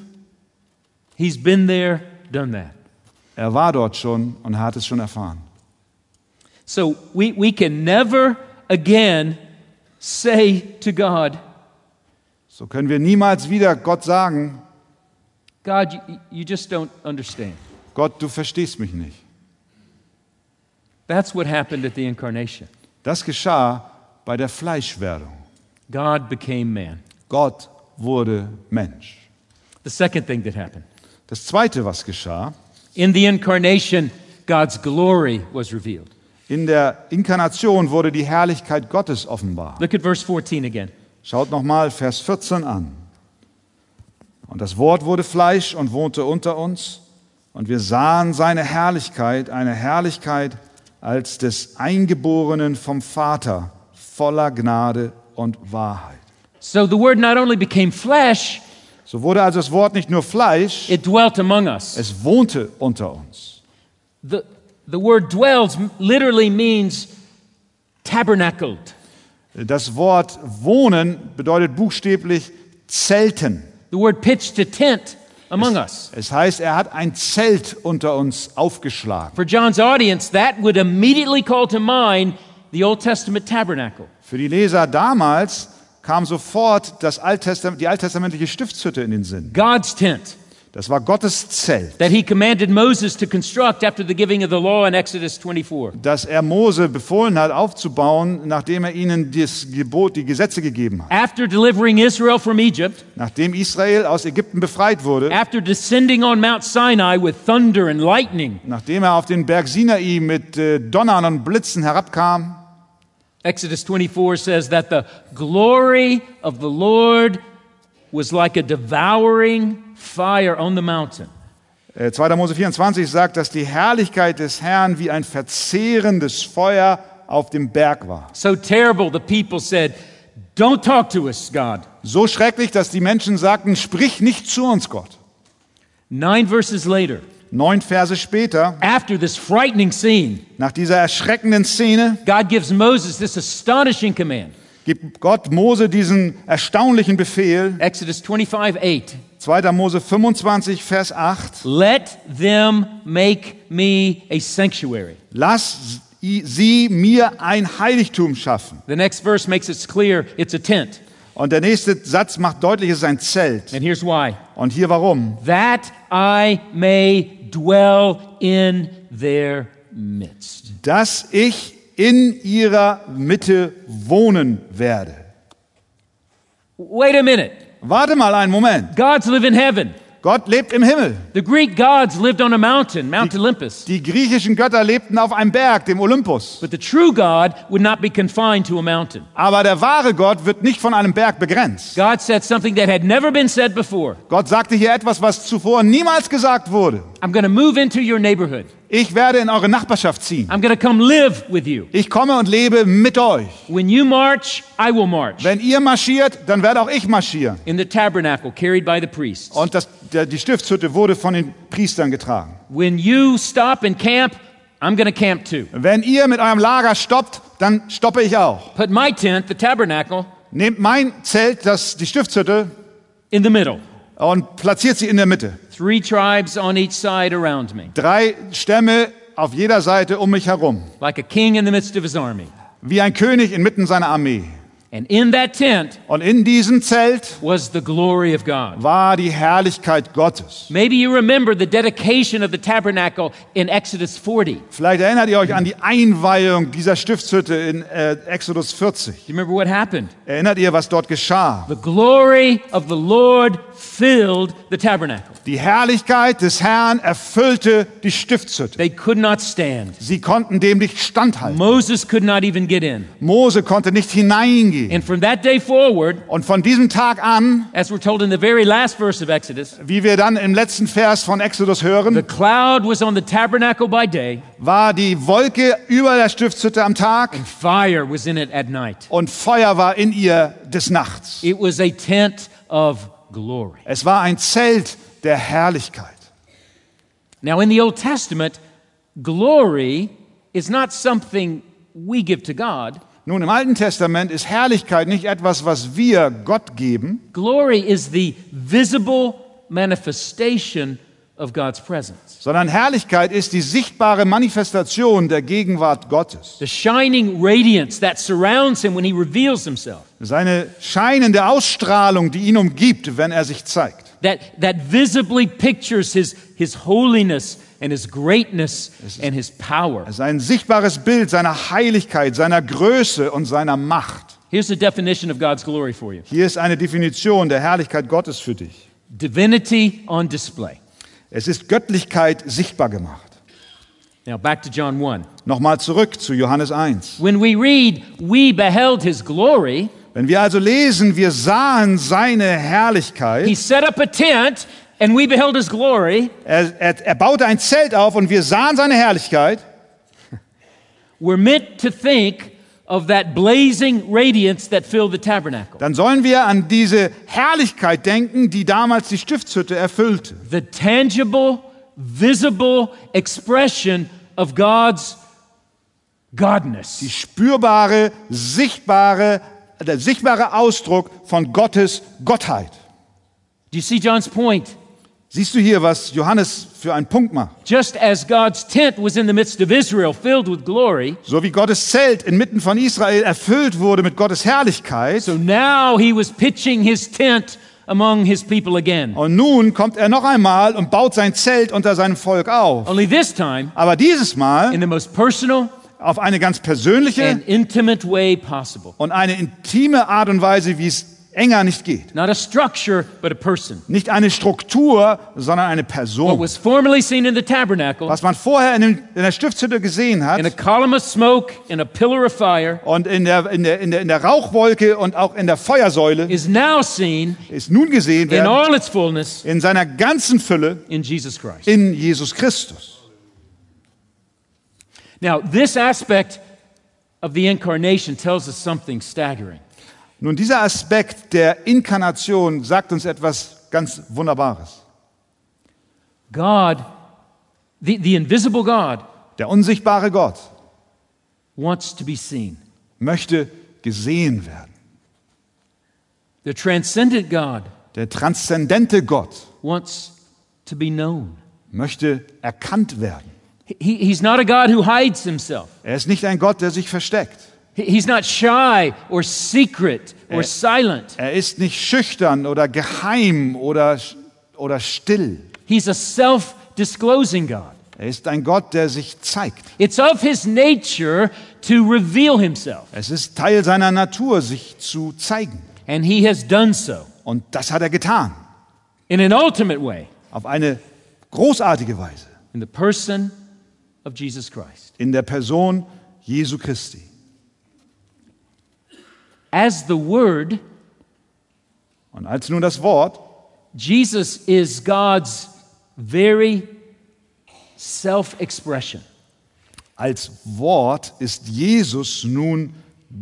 S2: he's been there, done that.
S1: er war dort schon und hat es schon erfahren.
S2: So we, we can never again say to God,
S1: So können wir niemals wieder Gott sagen,
S2: God, you, you just don't understand.
S1: Gott, du verstehst mich nicht.
S2: That's what happened at the incarnation.
S1: Das geschah bei der Fleischwerdung.
S2: God became man.
S1: Gott wurde Mensch.
S2: The second thing that happened
S1: Das Zweite, was geschah,
S2: in the incarnation, God's glory was revealed.
S1: in der Inkarnation wurde die Herrlichkeit Gottes offenbar.
S2: Look at verse 14 again.
S1: Schaut nochmal Vers 14 an. Und das Wort wurde Fleisch und wohnte unter uns, und wir sahen seine Herrlichkeit, eine Herrlichkeit als des Eingeborenen vom Vater, voller Gnade und Wahrheit.
S2: So the word not only became flesh,
S1: So wurde also das Wort nicht nur Fleisch,
S2: it dwelt among us.
S1: es wohnte unter uns.
S2: The, the word dwells literally means tabernacled.
S1: Das Wort wohnen bedeutet buchstäblich Zelten.
S2: The word pitched a tent among us.
S1: Es heißt, er hat ein Zelt unter uns aufgeschlagen.
S2: For John's audience, that would immediately call to mind the Old Testament tabernacle.
S1: Für die Leser damals kam sofort das Alttestam die alttestamentliche Stiftshütte in den Sinn.
S2: God's tent
S1: Das war Gottes Zelt,
S2: that he commanded Moses to construct after the giving of the law in Exodus 24.
S1: das er Mose befohlen hat aufzubauen, nachdem er ihnen das Gebot, die Gesetze gegeben hat.
S2: After delivering Israel from Egypt,
S1: Nachdem Israel aus Ägypten befreit wurde,
S2: after descending on Mount Sinai with thunder and lightning,
S1: nachdem er auf den Berg Sinai mit äh, Donnern und Blitzen herabkam,
S2: Exodus 24 says that the glory of the Lord was like a devouring fire on the mountain.
S1: äh, 2. Mose 24 sagt, dass die Herrlichkeit des Herrn wie ein verzehrendes Feuer auf dem Berg war.
S2: So terrible, the people said, Don't talk to us, God.
S1: So schrecklich, dass die Menschen sagten, sprich nicht zu uns, Gott.
S2: Nine verses later,
S1: Neun Verse später,
S2: after this frightening scene,
S1: nach dieser erschreckenden Szene,
S2: God gives Moses this astonishing command.
S1: gibt Gott Mose diesen erstaunlichen Befehl.
S2: Exodus 25 8.
S1: 2. Mose 25, Vers 8.
S2: Let them make me a sanctuary.
S1: Lass sie mir ein Heiligtum schaffen.
S2: The next verse makes it clear it's a tent.
S1: Und der nächste Satz macht deutlich, es ist ein Zelt.
S2: And here's why
S1: Und hier warum?
S2: that I may dwell in their midst.
S1: Dass ich in ihrer Mitte wohnen werde.
S2: Wait a minute.
S1: Warte mal einen Moment.
S2: Gods live in heaven.
S1: Gott lebt im Himmel.
S2: The Greek gods lived on a mountain, Mount Olympus.
S1: Die griechischen Götter lebten auf einem Berg, dem Olympus.
S2: But the true God would not be confined to a mountain.
S1: Aber der wahre Gott wird nicht von einem Berg begrenzt.
S2: God said something that had never been said before.
S1: Gott sagte hier etwas, was zuvor niemals gesagt wurde.
S2: I'm going to move into your neighborhood.
S1: Ich werde in eure Nachbarschaft ziehen.
S2: I'm going to come live with you.
S1: Ich komme und lebe mit euch.
S2: When you march, I will march.
S1: Wenn ihr marschiert, dann werde auch ich marschieren.
S2: In the tabernacle carried by the priests.
S1: Und das, der, die Stiftshütte wurde von den Priestern getragen.
S2: When you stop and camp, I'm going to camp too.
S1: Wenn ihr mit eurem Lager stoppt, dann stoppe ich auch.
S2: Put my tent, the tabernacle,
S1: Nehmt mein Zelt, das die Stiftshütte,
S2: in the middle.
S1: und platziert sie in der Mitte.
S2: Three tribes on each side around me,
S1: Drei Stämme auf jeder Seite um mich herum,
S2: like a king in the midst of his army.
S1: wie ein König inmitten seiner Armee.
S2: And in that tent
S1: Und in diesem Zelt
S2: was the glory of God.
S1: war die Herrlichkeit Gottes.
S2: Maybe you remember the dedication of the tabernacle in Exodus 40. Do you
S1: Vielleicht erinnert ihr euch an die Einweihung dieser Stiftshütte in äh, Exodus 40.
S2: remember what happened?
S1: Erinnert ihr, was dort geschah?
S2: The glory of the Lord filled the tabernacle.
S1: Die Herrlichkeit des Herrn erfüllte die Stiftshütte.
S2: They could not stand.
S1: Sie konnten dem nicht standhalten.
S2: Moses could not even get in.
S1: Mose konnte nicht hineingehen.
S2: And from that day forward,
S1: Und von diesem Tag an,
S2: as we're told in the very last verse of Exodus,
S1: wie wir dann im letzten Vers von Exodus
S2: the
S1: hören,
S2: cloud was on the tabernacle by day,
S1: war die Wolke über der Stiftshütte am Tag
S2: fire was in it at night.
S1: und Feuer war in ihr des Nachts.
S2: It was a tent of glory.
S1: Es war ein Zelt der Herrlichkeit.
S2: Now, in the Old Testament, glory is not something we give to God.
S1: Nun, im Alten Testament ist Herrlichkeit nicht etwas, was wir Gott geben.
S2: Glory is the visible manifestation of God's presence.
S1: sondern Herrlichkeit ist die sichtbare Manifestation der Gegenwart Gottes.
S2: The shining radiance that surrounds him when he reveals himself.
S1: Seine scheinende Ausstrahlung, die ihn umgibt, wenn er sich zeigt.
S2: That, that visibly pictures his, his holiness and his greatness and his power.
S1: Sein sichtbares Bild seiner Heiligkeit, seiner Größe und seiner Macht.
S2: Here's the definition of God's glory for you
S1: Hier ist eine Definition der Herrlichkeit Gottes für dich.
S2: divinity on display.
S1: Es ist Göttlichkeit sichtbar gemacht.
S2: Now, back to John 1.
S1: Nochmal zurück zu Johannes 1.
S2: When we read, we beheld his glory,
S1: Wenn wir also lesen, wir sahen seine
S2: he
S1: Herrlichkeit.
S2: set up a tent and we beheld his glory,
S1: Er, er, er baute ein Zelt auf und wir sahen seine Herrlichkeit.
S2: we're meant to think of that blazing radiance that filled the tabernacle.
S1: Dann sollen wir an diese Herrlichkeit denken, die damals die Stiftshütte erfüllte.
S2: The tangible, visible expression of God's
S1: Die
S2: godness.
S1: spürbare, sichtbare, der sichtbare Ausdruck von Gottes Gottheit.
S2: Do you see John's point?
S1: Siehst du hier, was Johannes für einen Punkt macht?
S2: Just as God's tent was in the midst of Israel, filled with glory,
S1: So wie Gottes Zelt inmitten von Israel erfüllt wurde mit Gottes Herrlichkeit,
S2: so now he was pitching his tent among his people again.
S1: und nun kommt er noch einmal und baut sein Zelt unter seinem Volk auf.
S2: Only this time,
S1: Aber dieses Mal
S2: in the most personal
S1: auf eine ganz persönliche
S2: and intimate way possible.
S1: und eine intime Art und Weise, wie es enger nicht geht.
S2: Not a structure, but a person.
S1: Nicht eine Struktur, sondern eine
S2: What
S1: Person.
S2: was formerly seen in the tabernacle,
S1: Was man vorher in, dem, in der Stiftshütte gesehen
S2: in a
S1: hat
S2: column of smoke, in a pillar of fire,
S1: und in der, in, der, in, der, in der Rauchwolke und auch in der Feuersäule,
S2: is now seen
S1: ist nun gesehen
S2: in
S1: werden
S2: all its fullness
S1: in seiner ganzen Fülle
S2: in Jesus Christ.
S1: in Jesus Christus.
S2: Now, this aspect of the incarnation tells us something staggering.
S1: Nun, dieser Aspekt der Inkarnation sagt uns etwas ganz Wunderbares.
S2: God, the, the invisible God,
S1: Der unsichtbare Gott
S2: wants to be seen.
S1: möchte gesehen werden.
S2: The transcendent God
S1: Der transzendente Gott
S2: wants to be known.
S1: möchte erkannt werden.
S2: He, he's not a God who hides himself.
S1: Er ist nicht ein Gott, der sich versteckt.
S2: He- He's not shy or secret or silent.
S1: Er ist nicht schüchtern oder geheim oder, oder still.
S2: He's a self disclosing God.
S1: Er ist ein Gott, der sich zeigt.
S2: It's of his nature to reveal himself,
S1: Es ist Teil seiner Natur, sich zu zeigen.
S2: and he has done so
S1: Und das hat er getan.
S2: in an ultimate way
S1: Auf eine großartige Weise.
S2: in the person of Jesus Christ.
S1: In der Person Jesu Christi.
S2: As the Word,
S1: Und als nun das Wort,
S2: Jesus is God's very self expression.
S1: als Wort ist Jesus nun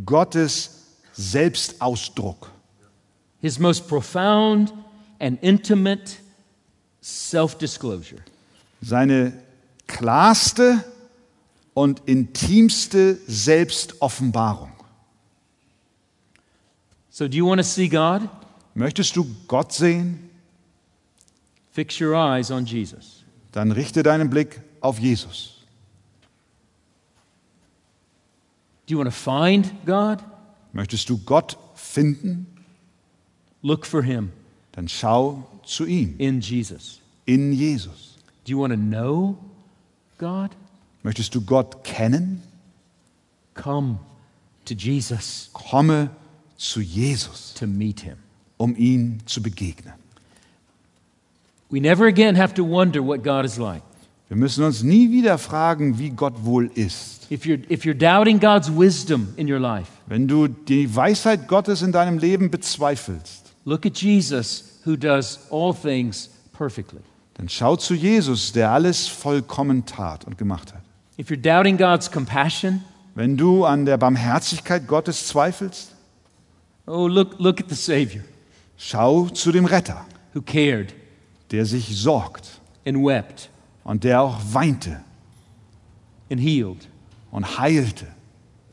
S1: Gottes Selbstausdruck.
S2: his most profound and intimate self disclosure.
S1: Seine klarste und intimste Selbstoffenbarung.
S2: So, do you want to see God?
S1: Möchtest du Gott sehen?
S2: Fix your eyes on Jesus.
S1: Dann richte deinen Blick auf Jesus.
S2: Do you want to find God?
S1: Möchtest du Gott finden?
S2: Look for him
S1: Dann schau zu ihm,
S2: in Jesus.
S1: in Jesus.
S2: Do you want to know God?
S1: Möchtest du Gott kennen?
S2: Come to Jesus
S1: Komme zu Jesus,
S2: to meet him.
S1: um ihm zu begegnen.
S2: We never again have to wonder what God is like.
S1: Wir müssen uns nie wieder fragen, wie Gott wohl ist.
S2: If you're, if you're doubting God's wisdom in your life,
S1: Wenn du die Weisheit Gottes in deinem Leben bezweifelst,
S2: look at Jesus who does all things perfectly.
S1: dann schau zu Jesus, der alles vollkommen tat und gemacht hat.
S2: If you're doubting God's compassion,
S1: Wenn du an der Barmherzigkeit Gottes zweifelst,
S2: Oh, look, look at the Savior
S1: schau zu dem Retter.
S2: who cared
S1: der sich sorgt
S2: and wept
S1: und der auch weinte
S2: and healed
S1: und heilte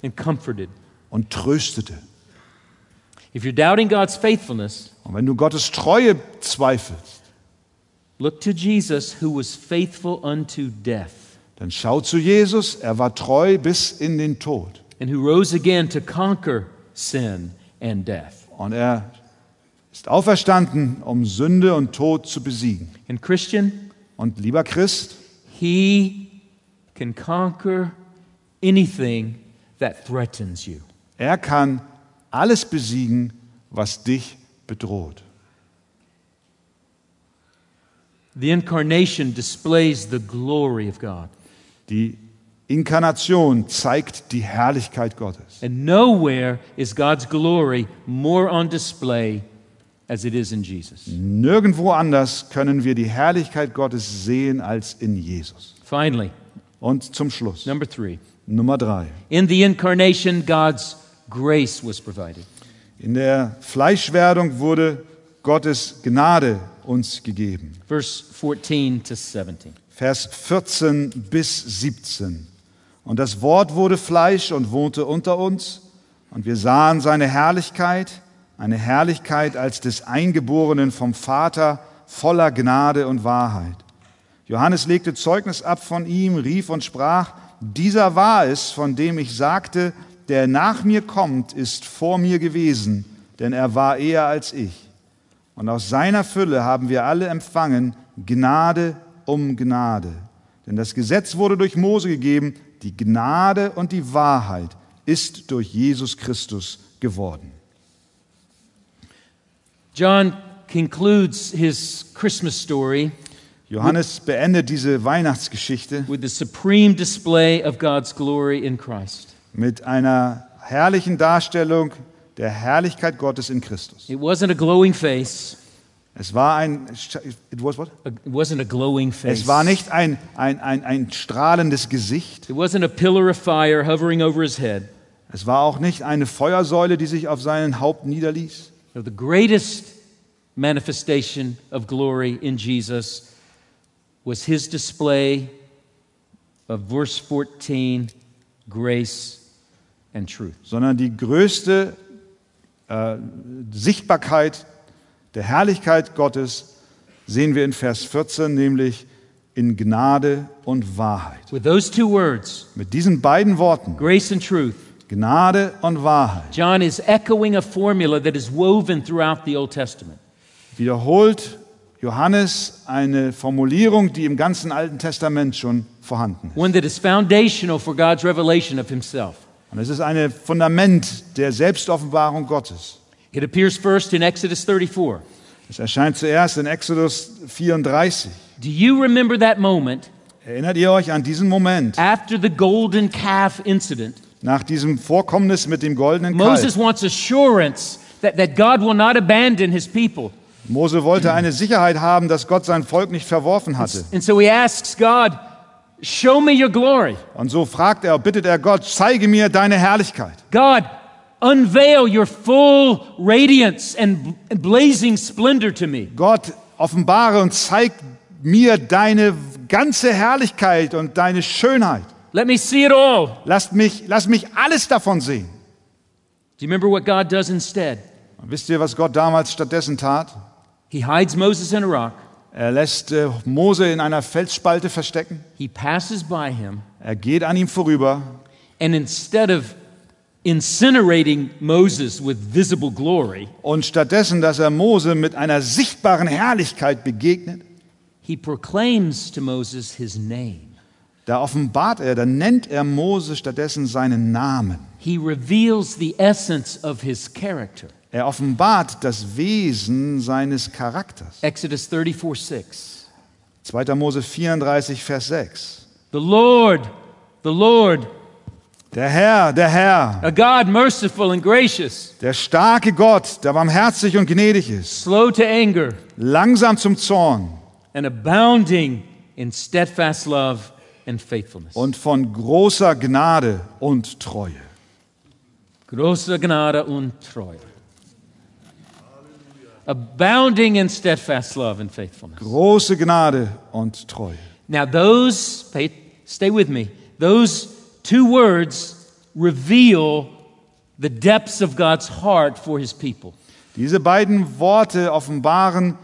S2: and comforted.
S1: und tröstete.
S2: If you're doubting God's faithfulness,
S1: Und wenn du Gottes Treue zweifelst,
S2: look to Jesus who was faithful unto death
S1: dann schau zu Jesus, er war treu bis in den Tod
S2: and who rose again to conquer sin and death.
S1: und er ist auferstanden, um Sünde und Tod zu besiegen.
S2: And Christian,
S1: Und lieber Christ,
S2: he can conquer anything that threatens you.
S1: er kann alles besiegen, was dich bedroht.
S2: The incarnation displays the glory of God.
S1: Die Inkarnation zeigt die Herrlichkeit Gottes.
S2: And nowhere is God's glory more on display as it is in Jesus.
S1: Nirgendwo anders können wir die Herrlichkeit Gottes sehen als in Jesus.
S2: Finally,
S1: Und zum Schluss,
S2: number three.
S1: Nummer drei.
S2: In the incarnation, God's grace was provided.
S1: In der Fleischwerdung wurde Gottes Gnade uns gegeben.
S2: Verse 14 to 17.
S1: Vers 14 bis 17. Und das Wort wurde Fleisch und wohnte unter uns, und wir sahen seine Herrlichkeit, eine Herrlichkeit als des Eingeborenen vom Vater voller Gnade und Wahrheit. Johannes legte Zeugnis ab von ihm, rief und sprach, dieser war es, von dem ich sagte, der nach mir kommt, ist vor mir gewesen, denn er war eher als ich. Und aus seiner Fülle haben wir alle empfangen, Gnade um Gnade. Denn das Gesetz wurde durch Mose gegeben, die Gnade und die Wahrheit ist durch Jesus Christus geworden.
S2: John concludes his Christmas story
S1: Johannes beendet diese Weihnachtsgeschichte
S2: with the supreme display of God's glory in Christ.
S1: mit einer herrlichen Darstellung der Herrlichkeit Gottes in Christus.
S2: It wasn't a glowing face.
S1: Es war ein, it was what?
S2: It wasn't a glowing face.
S1: Es war nicht ein, ein, ein, ein strahlendes Gesicht.
S2: It wasn't a pillar of fire hovering over his head.
S1: Es war auch nicht eine Feuersäule, die sich auf seinen Haupt niederließ.
S2: No, the greatest manifestation of glory in Jesus was his display of verse 14 grace and truth.
S1: sondern die größte äh, Sichtbarkeit der Herrlichkeit Gottes sehen wir in Vers 14, nämlich in Gnade und Wahrheit.
S2: With those two words,
S1: Mit diesen beiden Worten,
S2: grace and truth,
S1: Gnade und Wahrheit,
S2: John is echoing a formula that is woven throughout the Old Testament.
S1: wiederholt Johannes eine Formulierung, die im ganzen Alten Testament schon vorhanden ist.
S2: one that is foundational for God's revelation of himself.
S1: Und es ist ein Fundament der Selbstoffenbarung Gottes.
S2: It appears first in Exodus 34.
S1: Es erscheint zuerst in Exodus 34.
S2: Do you remember that moment
S1: Erinnert ihr euch an diesen Moment?
S2: after the golden calf incident?
S1: Nach diesem Vorkommnis mit dem goldenen
S2: Moses
S1: Kalb.
S2: wants assurance that, that God will not abandon his people.
S1: Mose wollte eine Sicherheit haben, dass Gott sein Volk nicht verworfen hatte.
S2: And so he asks God, Show me your glory.
S1: Und so fragt er, bittet er Gott, zeige mir deine Herrlichkeit.
S2: God, unveil your full radiance and bl- blazing splendor to me.
S1: Gott, offenbare und zeig mir deine ganze Herrlichkeit und deine Schönheit.
S2: Let me see it all. Do
S1: Lass mich, lass mich alles davon sehen.
S2: you remember what God does instead?
S1: Und wisst ihr, was Gott damals stattdessen tat?
S2: He hides Moses in a rock,
S1: Er lässt äh, Mose in einer Felsspalte verstecken.
S2: he passes by him.
S1: Er geht an ihm vorüber.
S2: And instead of incinerating Moses with visible glory,
S1: Und stattdessen, dass er Mose mit einer sichtbaren Herrlichkeit begegnet,
S2: he proclaims to Moses his name.
S1: Da offenbart er, da nennt er Mose stattdessen seinen Namen.
S2: He reveals the essence of his character.
S1: Er offenbart das Wesen seines Charakters.
S2: Exodus 34 6.
S1: 2. Mose 34, Vers 6.
S2: The Lord, the Lord,
S1: Der Herr, der Herr,
S2: a God merciful and gracious,
S1: der starke Gott, der barmherzig und gnädig ist,
S2: slow to anger,
S1: langsam zum Zorn
S2: and abounding in steadfast love and faithfulness.
S1: und von großer Gnade und Treue.
S2: Große Gnade und Treue. Abounding in steadfast love and faithfulness.
S1: Große Gnade und Treue.
S2: Now, those, pay, stay with me, those two words reveal the depths of God's heart for his people.
S1: Diese beiden Worte offenbaren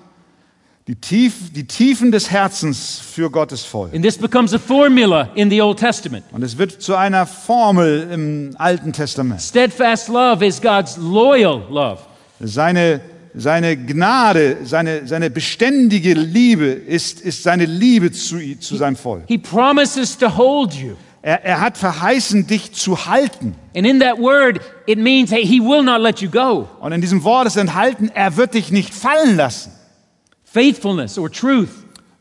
S1: die, Tief, die Tiefen des Herzens für Gottes Volk.
S2: And this becomes a formula in the Old Testament.
S1: Und es wird zu einer Formel im Alten Testament.
S2: Steadfast love is God's loyal love,
S1: Seine, seine Gnade, seine, seine beständige Liebe ist, ist seine Liebe zu, i- zu seinem Volk.
S2: He promises to hold you,
S1: Er, er hat verheißen, dich zu halten.
S2: And in that word, it means that He will not let you go.
S1: Und in diesem Wort ist enthalten, er wird dich nicht fallen lassen.
S2: Faithfulness or truth.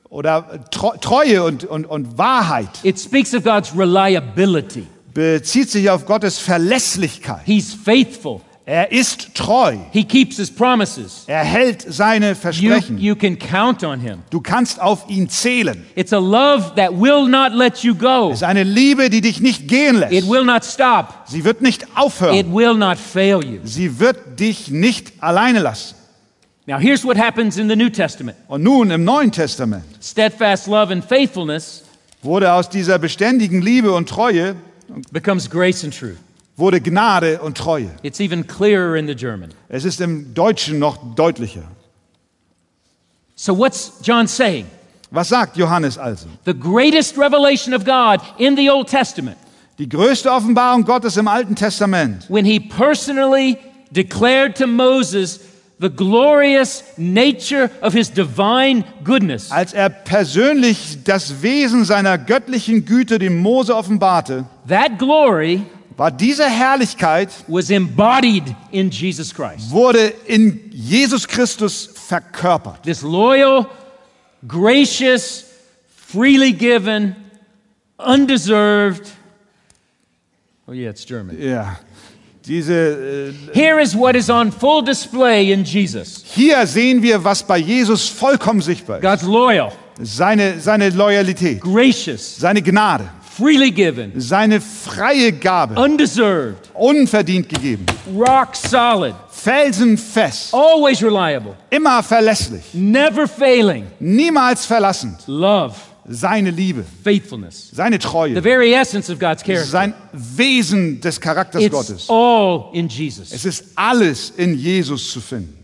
S1: Oder Tro- Treue und, und, und Wahrheit
S2: It speaks of God's reliability.
S1: bezieht sich auf Gottes Verlässlichkeit.
S2: He's faithful.
S1: Er ist treu.
S2: He keeps His promises.
S1: Er hält seine
S2: You,
S1: Versprechen.
S2: you can count on Him.
S1: Du kannst auf ihn zählen.
S2: It's a love that will not let you go.
S1: Es ist eine Liebe, die dich nicht gehen
S2: It
S1: lässt.
S2: will not stop.
S1: Sie wird nicht
S2: It
S1: aufhören.
S2: will not fail you.
S1: Sie wird dich nicht alleine lassen.
S2: Now, here's what happens in the New Testament
S1: Und nun im Neuen Testament
S2: steadfast love and faithfulness
S1: wurde aus dieser beständigen Liebe und Treue
S2: becomes grace and truth.
S1: wurde Gnade und Treue.
S2: It's even clearer in the German.
S1: Es ist im Deutschen noch deutlicher.
S2: So, what's John saying?
S1: Was sagt Johannes also?
S2: The greatest revelation of God in the Old Testament,
S1: Die größte Offenbarung Gottes im Alten Testament,
S2: when he personally declared to Moses the glorious nature of his divine goodness,
S1: als er persönlich das Wesen seiner göttlichen Güte dem Mose offenbarte,
S2: that glory
S1: war diese Herrlichkeit
S2: was embodied in Jesus Christ.
S1: wurde in Jesus Christus verkörpert.
S2: This loyal, gracious, freely given, undeserved. Oh, yeah, it's German.
S1: Ja. Diese, äh,
S2: Here is what is on full display in Jesus
S1: hier sehen wir, was bei Jesus vollkommen sichtbar ist.
S2: God's loyal,
S1: Seine, seine Loyalität,
S2: gracious,
S1: seine Gnade,
S2: freely given,
S1: seine freie Gabe,
S2: undeserved,
S1: unverdient gegeben,
S2: rock solid,
S1: felsenfest,
S2: always reliable,
S1: immer verlässlich,
S2: never failing,
S1: niemals verlassend,
S2: love,
S1: seine Liebe,
S2: faithfulness.
S1: seine
S2: The
S1: Treue,
S2: very essence of God's character.
S1: sein Wesen des Charakters
S2: It's
S1: Gottes.
S2: all in Jesus.
S1: Es ist alles in Jesus zu finden.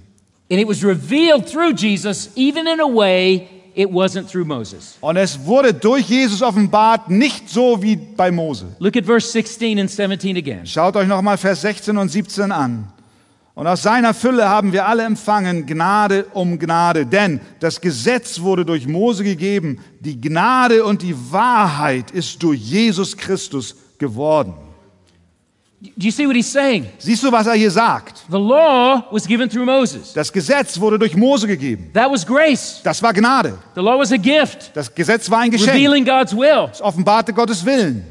S2: And it was revealed through Jesus, even in a way it wasn't through Moses.
S1: Und es wurde durch Jesus offenbart, nicht so wie bei Mose.
S2: Look at verse 16 and 17 again.
S1: Schaut euch nochmal Vers 16 und 17 an. Und aus seiner Fülle haben wir alle empfangen, Gnade um Gnade. Denn das Gesetz wurde durch Mose gegeben, die Gnade und die Wahrheit ist durch Jesus Christus geworden.
S2: Do you see what he's saying?
S1: Siehst du, was er hier sagt?
S2: The law was given through Moses.
S1: Das Gesetz wurde durch Mose gegeben.
S2: That was grace.
S1: Das war Gnade.
S2: The law was a gift,
S1: Das Gesetz war ein Geschenk.
S2: revealing God's will.
S1: Es offenbarte Gottes Willen.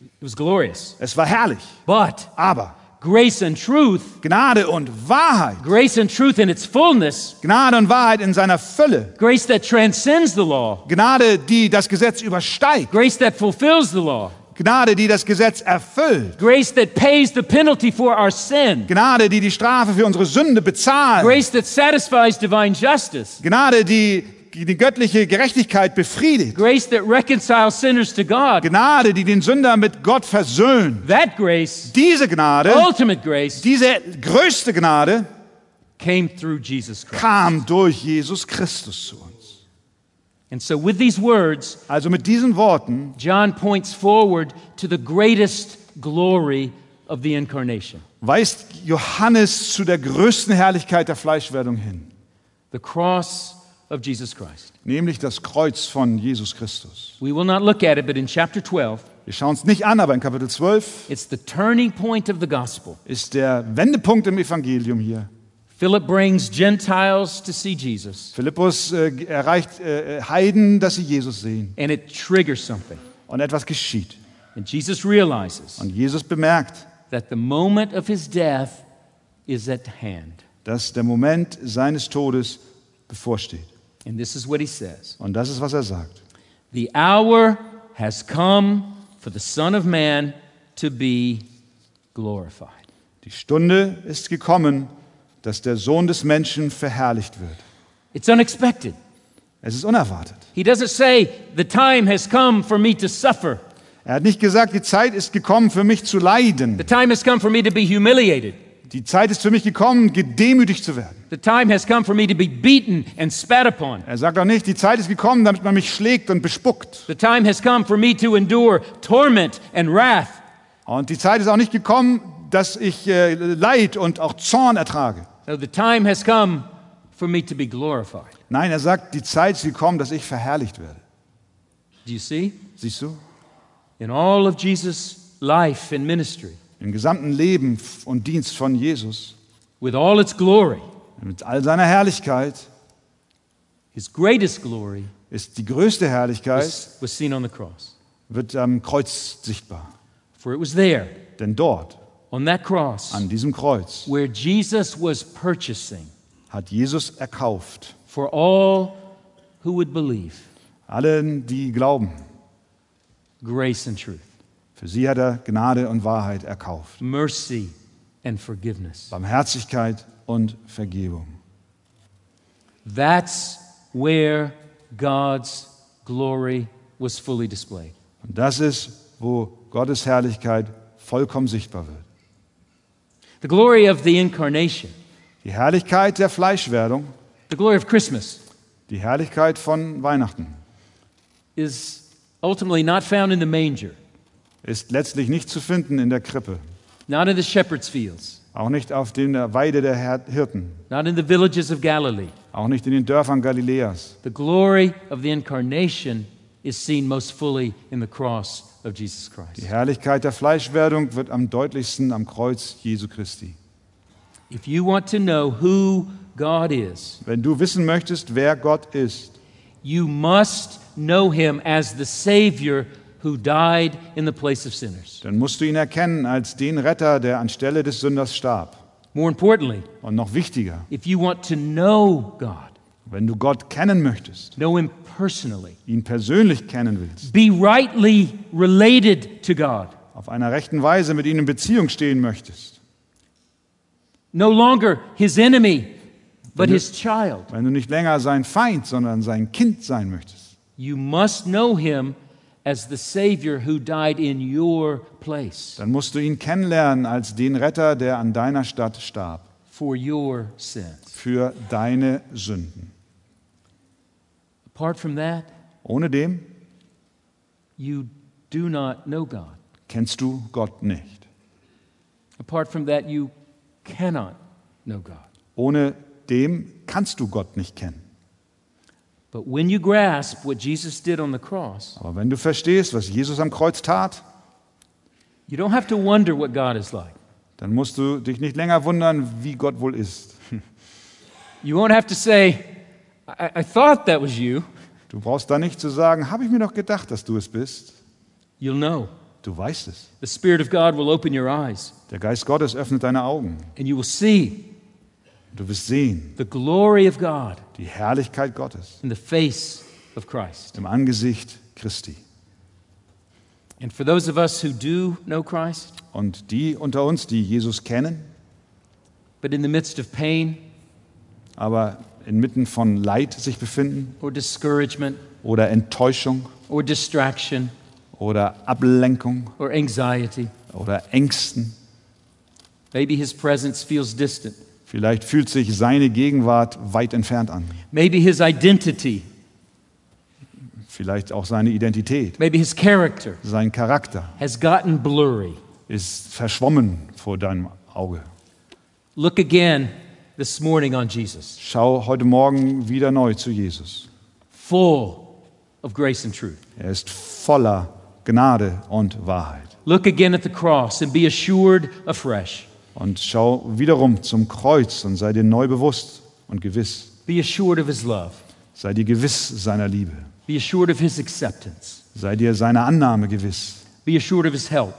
S2: It was glorious.
S1: Es war herrlich.
S2: But
S1: Aber
S2: grace and truth,
S1: Gnade und Wahrheit,
S2: grace and truth in its fullness,
S1: Gnade und Wahrheit in seiner Fülle,
S2: grace that transcends the law,
S1: Gnade, die das Gesetz übersteigt,
S2: grace that fulfills the law,
S1: Gnade, die das Gesetz erfüllt.
S2: grace that pays the penalty for our sin,
S1: Gnade, die die Strafe für unsere Sünde bezahlt.
S2: grace that satisfies divine justice,
S1: Gnade, die die göttliche Gerechtigkeit befriedigt.
S2: grace that reconciles sinners to God.
S1: Gnade, die den Sünder mit Gott versöhnt.
S2: That grace,
S1: Diese Gnade,
S2: ultimate grace,
S1: diese größte Gnade
S2: came through Jesus Christ.
S1: kam durch Jesus Christus zu uns.
S2: And so, with these words,
S1: Also mit diesen Worten
S2: John points forward to the greatest glory of the incarnation
S1: weist Johannes zu der größten Herrlichkeit der Fleischwerdung hin,
S2: the cross of Jesus Christ.
S1: nämlich das Kreuz von Jesus Christus.
S2: We will not look at it, but in chapter 12,
S1: Wir schauen es nicht an, aber in Kapitel 12
S2: it's the turning point of the gospel.
S1: ist der Wendepunkt im Evangelium hier.
S2: Philip brings Gentiles to see Jesus,
S1: Philippus äh, erreicht äh, Heiden, dass sie Jesus sehen.
S2: and it triggers something.
S1: Und etwas geschieht.
S2: And Jesus realizes
S1: Und Jesus bemerkt,
S2: that the moment of his death is at hand.
S1: dass der Moment seines Todes bevorsteht.
S2: And this is what he says
S1: Und das ist, was er sagt.
S2: The hour has come for the Son of Man to be glorified.
S1: Die Stunde ist gekommen, dass der Sohn des Menschen verherrlicht wird.
S2: It's unexpected.
S1: Es ist unerwartet.
S2: He doesn't say, The time has come for me to suffer.
S1: Er hat nicht gesagt, die Zeit ist gekommen, für mich zu
S2: The
S1: leiden.
S2: time has come for me to be humiliated.
S1: Die Zeit ist für mich gekommen, gedemütigt zu werden.
S2: The time has come for me to be beaten and spat upon.
S1: Er sagt auch nicht, die Zeit ist gekommen, damit man mich schlägt und bespuckt.
S2: The time has come for me to endure torment and wrath.
S1: Und die Zeit ist auch nicht gekommen, dass ich äh, Leid und auch Zorn ertrage.
S2: No, the time has come for me to be glorified.
S1: Nein, er sagt, die Zeit ist gekommen, dass ich verherrlicht werde.
S2: Do you see?
S1: Siehst du?
S2: in all of Jesus' life and ministry
S1: im gesamten Leben und Dienst von Jesus,
S2: with all its glory.
S1: mit all seiner Herrlichkeit,
S2: His greatest glory
S1: ist die größte Herrlichkeit,
S2: was, was seen on the cross.
S1: wird am Kreuz sichtbar.
S2: For it was there,
S1: Denn dort,
S2: on that cross,
S1: an diesem Kreuz,
S2: where Jesus was purchasing
S1: hat Jesus erkauft.
S2: for all who would believe
S1: Allen, die glauben,
S2: grace and truth,
S1: für sie hat er Gnade und Wahrheit erkauft.
S2: mercy and forgiveness.
S1: Barmherzigkeit und Vergebung.
S2: That's where God's glory was fully displayed.
S1: Und das ist, wo Gottes Herrlichkeit vollkommen sichtbar wird.
S2: The glory of the incarnation,
S1: Die Herrlichkeit der Fleischwerdung,
S2: the glory of Christmas,
S1: die Herrlichkeit von Weihnachten,
S2: is ultimately not found in the manger,
S1: ist letztlich nicht zu finden in der Krippe,
S2: not in the shepherd's fields,
S1: auch nicht auf den der Weide der Her- Hirten,
S2: not in the villages of Galilee.
S1: auch nicht in den Dörfern Galiläas.
S2: The glory of the incarnation is seen most fully in the cross of Jesus
S1: Die
S2: Christ.
S1: Herrlichkeit der Fleischwerdung wird am deutlichsten am Kreuz Jesu Christi.
S2: If you want to know who God is,
S1: Wenn du wissen möchtest, wer Gott ist,
S2: you must know him as the Savior who died in the place of sinners.
S1: dann musst du ihn erkennen als den Retter, der anstelle des Sünders starb.
S2: More importantly,
S1: Und noch wichtiger,
S2: if you want to know God,
S1: wenn du Gott kennen möchtest,
S2: know him personally,
S1: ihn persönlich kennen willst,
S2: be rightly related to God,
S1: auf einer rechten Weise mit ihm in Beziehung stehen möchtest,
S2: no longer his enemy, but his child,
S1: wenn du nicht länger sein Feind, sondern sein Kind sein möchtest,
S2: you must know him as the Savior who died in your place
S1: dann musst du ihn kennenlernen als den Retter, der an deiner Stadt starb,
S2: for your sins.
S1: für deine Sünden.
S2: Apart from that,
S1: Ohne dem
S2: you do not know God.
S1: kennst du Gott nicht.
S2: Apart from that, you cannot know God.
S1: Ohne dem kannst du Gott nicht kennen.
S2: But when you grasp what Jesus did on the cross,
S1: Aber wenn du verstehst, was Jesus am Kreuz tat,
S2: you don't have to wonder what God is like.
S1: dann musst du dich nicht länger wundern, wie Gott wohl ist.
S2: You won't have to say, I, I thought that was you.
S1: Du brauchst da nicht zu sagen, habe ich mir doch gedacht, dass du es bist.
S2: You'll know.
S1: Du weißt es.
S2: The Spirit of God will open your eyes,
S1: Der Geist Gottes öffnet deine Augen.
S2: and you will see
S1: Du wirst sehen
S2: the glory of God
S1: die Herrlichkeit Gottes
S2: in the face of Christ.
S1: im Angesicht Christi.
S2: And for those of us who do know Christ,
S1: Und die unter uns, die Jesus kennen,
S2: but in the midst of pain
S1: aber inmitten von Leid sich befinden
S2: or discouragement
S1: oder Enttäuschung
S2: or distraction
S1: oder Ablenkung
S2: or anxiety,
S1: oder Ängsten,
S2: maybe His presence feels distant,
S1: vielleicht fühlt sich seine Gegenwart weit entfernt an,
S2: maybe His identity,
S1: vielleicht auch seine Identität,
S2: maybe His character
S1: sein Charakter.
S2: has gotten blurry.
S1: ist verschwommen vor deinem Auge.
S2: Look again this morning on Jesus,
S1: Schau heute Morgen wieder neu zu Jesus.
S2: full of grace and truth.
S1: Er ist voller Gnade und Wahrheit.
S2: Look again at the cross and be assured afresh.
S1: Und schau wiederum zum Kreuz und sei dir neu bewusst und gewiss.
S2: Be assured of his love.
S1: Sei dir gewiss seiner Liebe.
S2: Be assured of his acceptance.
S1: Sei dir seiner Annahme gewiss.
S2: Be assured of his help.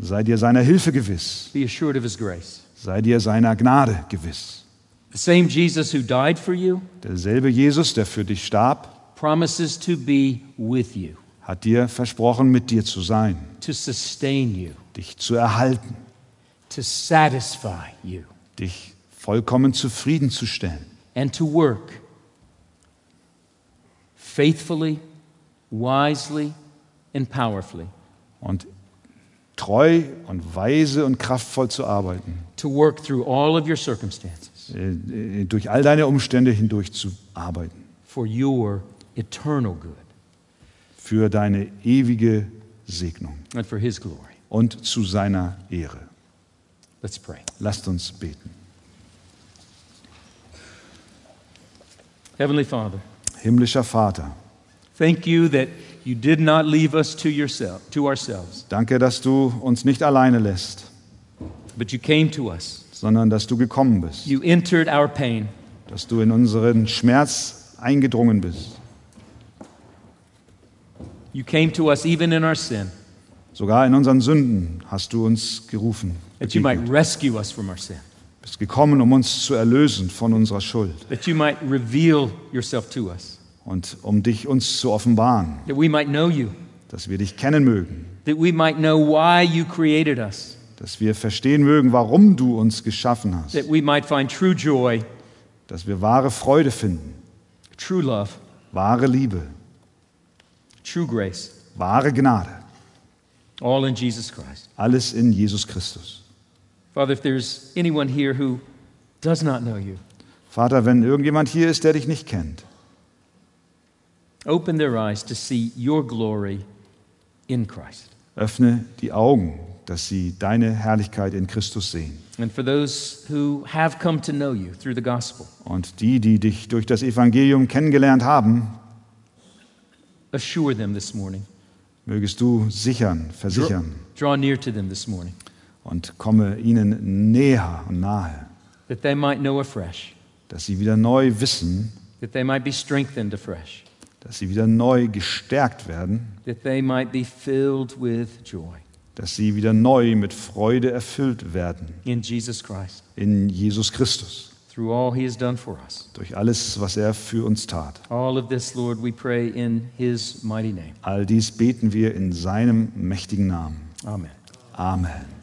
S1: Sei dir seiner Hilfe gewiss.
S2: Be assured of his grace.
S1: Sei dir seiner Gnade gewiss.
S2: The same Jesus who died for you
S1: Derselbe Jesus, der für dich starb,
S2: promises to be with you,
S1: hat dir versprochen, mit dir zu sein,
S2: to sustain you,
S1: dich zu erhalten,
S2: to satisfy you,
S1: dich vollkommen zufriedenzustellen.
S2: and to work faithfully, wisely, and powerfully,
S1: und treu und weise und kraftvoll zu arbeiten,
S2: to work through all of your circumstances
S1: äh, äh, durch all deine Umstände hindurch zu arbeiten,
S2: for your eternal good
S1: für deine ewige Segnung
S2: and for his glory.
S1: und zu seiner Ehre.
S2: Let's pray.
S1: Lasst uns beten.
S2: Heavenly Father,
S1: Himmlischer Vater,
S2: thank you that You did not leave us to yourself, to ourselves,
S1: Danke, dass du uns nicht alleine lässt,
S2: but you came to us.
S1: sondern dass du gekommen bist,
S2: You entered our pain.
S1: dass du in unseren Schmerz eingedrungen bist,
S2: You came to us even in our sin,
S1: sogar in unseren Sünden hast du uns gerufen.
S2: that you might
S1: begegnet.
S2: rescue us from our sin,
S1: Du bist gekommen, um uns zu erlösen von unserer Schuld
S2: that you might reveal yourself to us,
S1: und um dich uns zu offenbaren,
S2: that we might know you,
S1: dass wir dich kennen mögen,
S2: that we might know why you created us,
S1: dass wir verstehen mögen, warum du uns geschaffen hast,
S2: that we might find true joy,
S1: dass wir wahre Freude finden,
S2: true love,
S1: wahre Liebe,
S2: true grace,
S1: wahre Gnade.
S2: all in Jesus Christ.
S1: Alles in Jesus Christus.
S2: Father, if there's anyone here who does not know you,
S1: Vater, wenn irgendjemand hier ist, der dich nicht kennt,
S2: open their eyes to see your glory in Christ.
S1: öffne die Augen, dass sie deine Herrlichkeit in Christus sehen.
S2: And for those who have come to know you through the gospel,
S1: Und die, die dich durch das Evangelium kennengelernt haben,
S2: assure them this morning.
S1: mögest du sichern,
S2: Draw,
S1: versichern
S2: draw near to them this morning
S1: und komme ihnen näher und nahe,
S2: that they might know afresh,
S1: dass sie wieder neu wissen,
S2: that they might be strengthened afresh,
S1: dass sie wieder neu gestärkt werden,
S2: that they might be filled with joy
S1: dass sie wieder neu mit Freude erfüllt werden
S2: in Jesus Christ
S1: in Jesus Christus,
S2: through all he has done for us.
S1: durch alles, was er für uns tat.
S2: All of this, Lord, we pray in his mighty name.
S1: All dies beten wir in seinem mächtigen Namen.
S2: Amen.
S1: Amen.